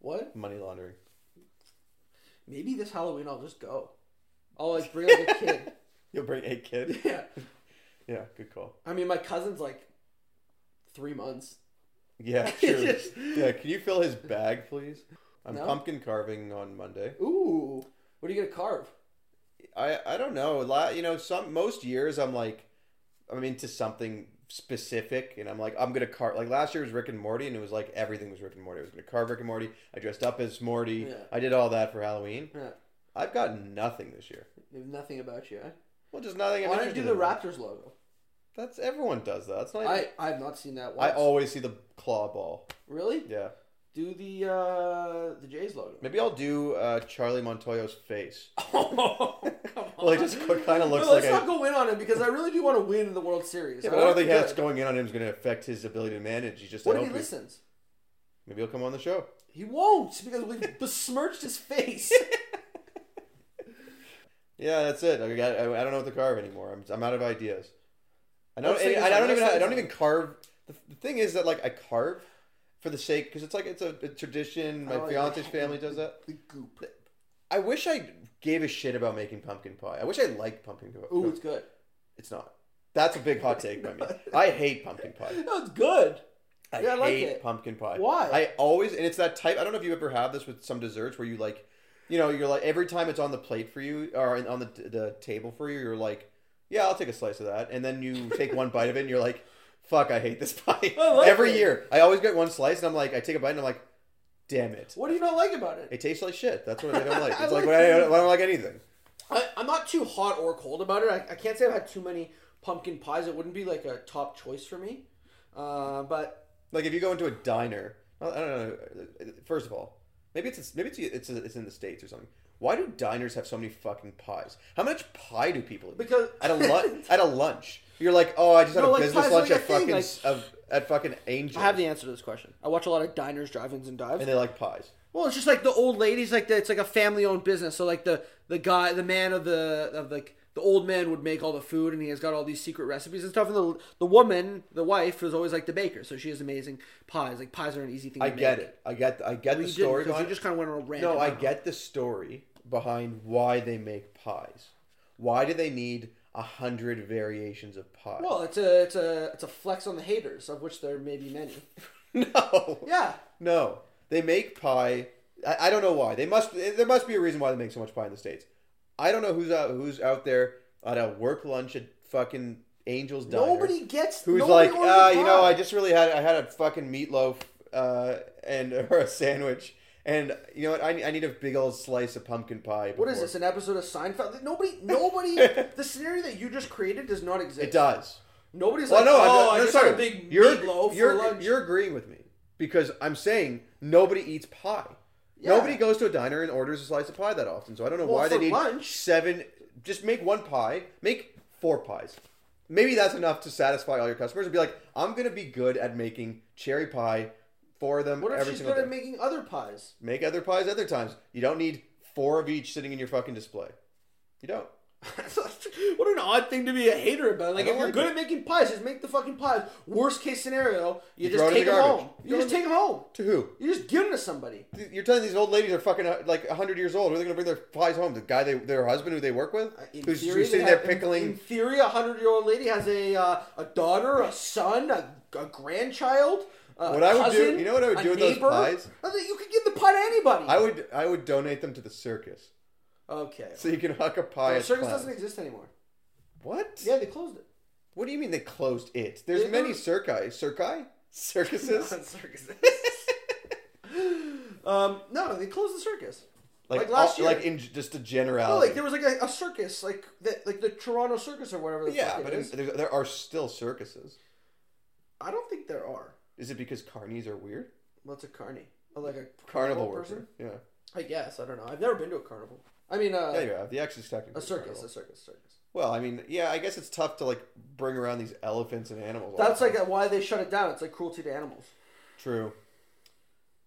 Speaker 2: what?
Speaker 3: money laundering.
Speaker 2: Maybe this Halloween I'll just go. I'll like bring like a kid.
Speaker 3: You'll bring a kid.
Speaker 2: Yeah.
Speaker 3: Yeah, good call.
Speaker 2: I mean, my cousin's like three months.
Speaker 3: Yeah, sure.
Speaker 2: Just-
Speaker 3: yeah, can you fill his bag, please? I'm
Speaker 2: No.
Speaker 3: pumpkin carving on Monday.
Speaker 2: Ooh. What are you gonna carve?
Speaker 3: I I don't know. A lot, you know, some most years I'm like I'm into something specific and I'm like I'm going to carve like last year was Rick and Morty and it was like everything was Rick and Morty. I was going to carve Rick and Morty. I dressed up as Morty.
Speaker 2: Yeah.
Speaker 3: I did all that for Halloween.
Speaker 2: Yeah.
Speaker 3: I've got nothing this year.
Speaker 2: There's nothing about you. Eh?
Speaker 3: Well, just nothing. I'm
Speaker 2: Why don't you do
Speaker 3: interested
Speaker 2: the
Speaker 3: in.
Speaker 2: Raptors logo?
Speaker 3: That's everyone does that. That's not.
Speaker 2: I I've not seen that.
Speaker 3: I
Speaker 2: Once.
Speaker 3: always see the claw ball.
Speaker 2: really
Speaker 3: Yeah.
Speaker 2: do the uh the Jays logo.
Speaker 3: Maybe I'll do uh, Charlie Montoya's face.
Speaker 2: Oh, come on.
Speaker 3: Well, it just kind of looks
Speaker 2: no,
Speaker 3: like
Speaker 2: let's
Speaker 3: a.
Speaker 2: not go in on it because I really do want to win the World Series.
Speaker 3: Yeah, but I don't
Speaker 2: want
Speaker 3: think
Speaker 2: to be
Speaker 3: that's
Speaker 2: good.
Speaker 3: going in on him is going to affect his ability to manage. He just
Speaker 2: What
Speaker 3: I
Speaker 2: if he
Speaker 3: hope he-
Speaker 2: listens?
Speaker 3: maybe he'll come on the show.
Speaker 2: He won't because we besmirched his face.
Speaker 3: Yeah, that's it. I, got, I, I don't know what to carve anymore. I'm, I'm out of ideas. I don't.
Speaker 2: Let's think
Speaker 3: And,
Speaker 2: of
Speaker 3: I don't
Speaker 2: something.
Speaker 3: even.
Speaker 2: Let's
Speaker 3: I
Speaker 2: think of
Speaker 3: don't even carve. The, the thing is that like I carve for the sake because it's like it's a, a tradition. My
Speaker 2: Oh, yeah,
Speaker 3: fiance's
Speaker 2: the-
Speaker 3: family does that.
Speaker 2: the goop.
Speaker 3: I wish I gave a shit about making pumpkin pie. I wish I liked pumpkin pie.
Speaker 2: Ooh, it's good.
Speaker 3: It's not. That's a big hot take by me. I hate pumpkin pie.
Speaker 2: No, it's good.
Speaker 3: I
Speaker 2: Yeah, I
Speaker 3: hate
Speaker 2: like it.
Speaker 3: pumpkin pie.
Speaker 2: Why?
Speaker 3: I always and it's that type. I don't know if you ever have this with some desserts where you like, you know, you're like every time it's on the plate for you or on the the table for you, you're like, yeah, I'll take a slice of that, and then you take one bite of it, and you're like, fuck, I hate this pie.
Speaker 2: I like
Speaker 3: every
Speaker 2: it.
Speaker 3: year, I always get one slice, and I'm like, I take a bite, and I'm like, damn it,
Speaker 2: What do you not like about it?
Speaker 3: it tastes like shit. That's what I don't like. It's
Speaker 2: I
Speaker 3: like,
Speaker 2: like
Speaker 3: when I,
Speaker 2: it.
Speaker 3: I don't like anything.
Speaker 2: I, I'm not too hot or cold about it. I, I can't say I've had too many pumpkin pies. It wouldn't be like a top choice for me. Uh, but
Speaker 3: Like if you go into a diner, I don't know. First of all, maybe it's maybe it's it's, it's in the states or something. Why do diners have so many fucking pies? How much pie do people eat?
Speaker 2: Because-
Speaker 3: at a lunch at a lunch, you're like, oh, I just had
Speaker 2: No,
Speaker 3: a
Speaker 2: like,
Speaker 3: business
Speaker 2: pies are
Speaker 3: lunch
Speaker 2: like
Speaker 3: at
Speaker 2: a thing,
Speaker 3: fucking
Speaker 2: like-
Speaker 3: s- of, at fucking Angel,
Speaker 2: I have the answer to this question. I watch a lot of diners, drive-ins, and dives.
Speaker 3: and they like pies.
Speaker 2: well, it's just like the old ladies. Like the, it's like a family-owned business. So like the the guy, the man of the of like the old man would make all the food, and he has got all these secret recipes and stuff. And the the woman, the wife, is always like the baker. So she has amazing pies. Like pies are an easy thing.
Speaker 3: I
Speaker 2: to
Speaker 3: get
Speaker 2: make.
Speaker 3: it. I get I get
Speaker 2: Well, you didn't,
Speaker 3: the story
Speaker 2: 'cause
Speaker 3: behind.
Speaker 2: you just kind of went on a rant.
Speaker 3: no, I
Speaker 2: about
Speaker 3: get the story behind why they make pies. Why do they need a hundred variations of pie?
Speaker 2: Well, it's a it's a it's a flex on the haters, of which there may be many.
Speaker 3: no.
Speaker 2: Yeah,
Speaker 3: No, they make pie. I, I don't know why. They must. There must be a reason why they make so much pie in the states. I don't know who's out who's out there at a work lunch at fucking Angel's Diner.
Speaker 2: nobody gets.
Speaker 3: who's
Speaker 2: nobody
Speaker 3: like,
Speaker 2: orders
Speaker 3: ah,
Speaker 2: a
Speaker 3: you know,
Speaker 2: pie."
Speaker 3: I just really had I had a fucking meatloaf uh, and or a sandwich, and you know what? I, I need a big old slice of pumpkin pie.
Speaker 2: What is
Speaker 3: before-
Speaker 2: this? An episode of Seinfeld? Nobody, nobody. the scenario that you just created does not exist.
Speaker 3: It does.
Speaker 2: Nobody's
Speaker 3: Well,
Speaker 2: like,
Speaker 3: no,
Speaker 2: oh,
Speaker 3: I'm,
Speaker 2: I
Speaker 3: no,
Speaker 2: just
Speaker 3: sorry.
Speaker 2: had a big
Speaker 3: you're,
Speaker 2: meatloaf
Speaker 3: you're,
Speaker 2: for lunch.
Speaker 3: You're agreeing with me because I'm saying nobody eats pie.
Speaker 2: Yeah.
Speaker 3: Nobody goes to a diner and orders a slice of pie that often. So I don't know
Speaker 2: Well,
Speaker 3: why they
Speaker 2: for
Speaker 3: need
Speaker 2: lunch-
Speaker 3: seven. Just make one pie. Make four pies. Maybe that's enough to satisfy all your customers and be like, I'm gonna be good at making cherry pie for them
Speaker 2: what if
Speaker 3: every
Speaker 2: she's
Speaker 3: single
Speaker 2: good
Speaker 3: day.
Speaker 2: at making other pies?
Speaker 3: make other pies other times. You don't need four of each sitting in your fucking display. You don't.
Speaker 2: what an odd thing to be a hater about. Like,
Speaker 3: I
Speaker 2: if
Speaker 3: don't
Speaker 2: you're
Speaker 3: like
Speaker 2: good
Speaker 3: it.
Speaker 2: at making pies, just make the fucking pies. Worst case scenario, you,
Speaker 3: throw
Speaker 2: just
Speaker 3: it in
Speaker 2: take
Speaker 3: the
Speaker 2: them
Speaker 3: garbage.
Speaker 2: home.
Speaker 3: You
Speaker 2: You, just take them home.
Speaker 3: To who?
Speaker 2: You just give them to somebody.
Speaker 3: You're telling these old ladies are fucking uh, like 100 years old. Who are they going to bring their pies home? The guy, they, their husband who they work with?
Speaker 2: Uh, In
Speaker 3: Who's,
Speaker 2: theory,
Speaker 3: who's
Speaker 2: they
Speaker 3: sitting there
Speaker 2: have- in-
Speaker 3: pickling.
Speaker 2: In, theory, a hundred-year-old lady has a uh, a daughter, a son, a, a grandchild. A
Speaker 3: What I would do-
Speaker 2: cousin,
Speaker 3: you know what I would
Speaker 2: a
Speaker 3: do with those
Speaker 2: neighbor.
Speaker 3: pies?
Speaker 2: I think You could give the pie to anybody.
Speaker 3: I would I would donate them to the circus.
Speaker 2: okay.
Speaker 3: So you can huck a pie
Speaker 2: the
Speaker 3: at
Speaker 2: circus
Speaker 3: clowns.
Speaker 2: doesn't exist anymore.
Speaker 3: What?
Speaker 2: Yeah, they closed it.
Speaker 3: What do you mean they closed it? There's
Speaker 2: They-
Speaker 3: many circi. Circi? Circuses?
Speaker 2: Not circuses. um, no, they closed the circus.
Speaker 3: like,
Speaker 2: like last
Speaker 3: all-
Speaker 2: year.
Speaker 3: Like in j- just a
Speaker 2: No,
Speaker 3: generality.
Speaker 2: like there was like a, a circus, like the, like the Toronto Circus or whatever. The
Speaker 3: yeah,
Speaker 2: fuck
Speaker 3: but
Speaker 2: it
Speaker 3: in,
Speaker 2: is.
Speaker 3: there, there are still circuses.
Speaker 2: I don't think there are.
Speaker 3: Is it because carnies are weird?
Speaker 2: What's a carny? Or, Like a
Speaker 3: Carnival
Speaker 2: worker?
Speaker 3: worker. Yeah.
Speaker 2: I guess I don't know. I've never been to a carnival. I mean, uh,
Speaker 3: yeah, you have. The X is technically
Speaker 2: a circus,
Speaker 3: carnival.
Speaker 2: a circus, circus.
Speaker 3: Well, I mean, yeah, I guess it's tough to like bring around these elephants and animals. all
Speaker 2: That's
Speaker 3: the time.
Speaker 2: like a, why they shut it down. It's like cruelty to animals.
Speaker 3: true.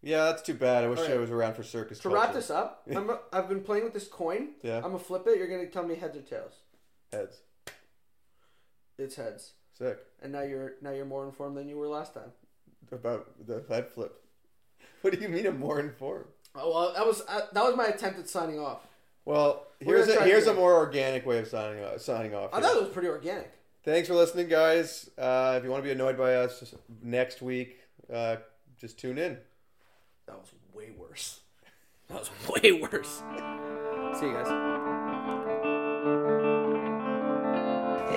Speaker 3: Yeah, that's too bad. I wish I
Speaker 2: Alright.
Speaker 3: was around for circus.
Speaker 2: To wrap
Speaker 3: culture.
Speaker 2: this up, I'm, I've been playing with this coin.
Speaker 3: Yeah.
Speaker 2: I'm gonna flip it. You're gonna tell me heads or tails.
Speaker 3: heads,
Speaker 2: It's heads.
Speaker 3: sick
Speaker 2: And now you're now you're more informed than you were last time.
Speaker 3: about the head flip. What do you mean? I'm more informed.
Speaker 2: Oh well, that was uh, that was my attempt at signing off.
Speaker 3: Well,
Speaker 2: We're
Speaker 3: here's
Speaker 2: gonna
Speaker 3: a
Speaker 2: try
Speaker 3: here's a
Speaker 2: again.
Speaker 3: more organic way of signing off, signing off.
Speaker 2: I
Speaker 3: here.
Speaker 2: thought it was pretty organic.
Speaker 3: Thanks for listening, guys. Uh, if you want to be annoyed by us next week, uh, just tune in.
Speaker 2: That was way worse.
Speaker 6: That was way worse.
Speaker 2: See you guys.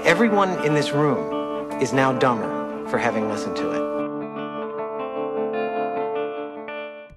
Speaker 7: Everyone in this room is now dumber for having listened to it.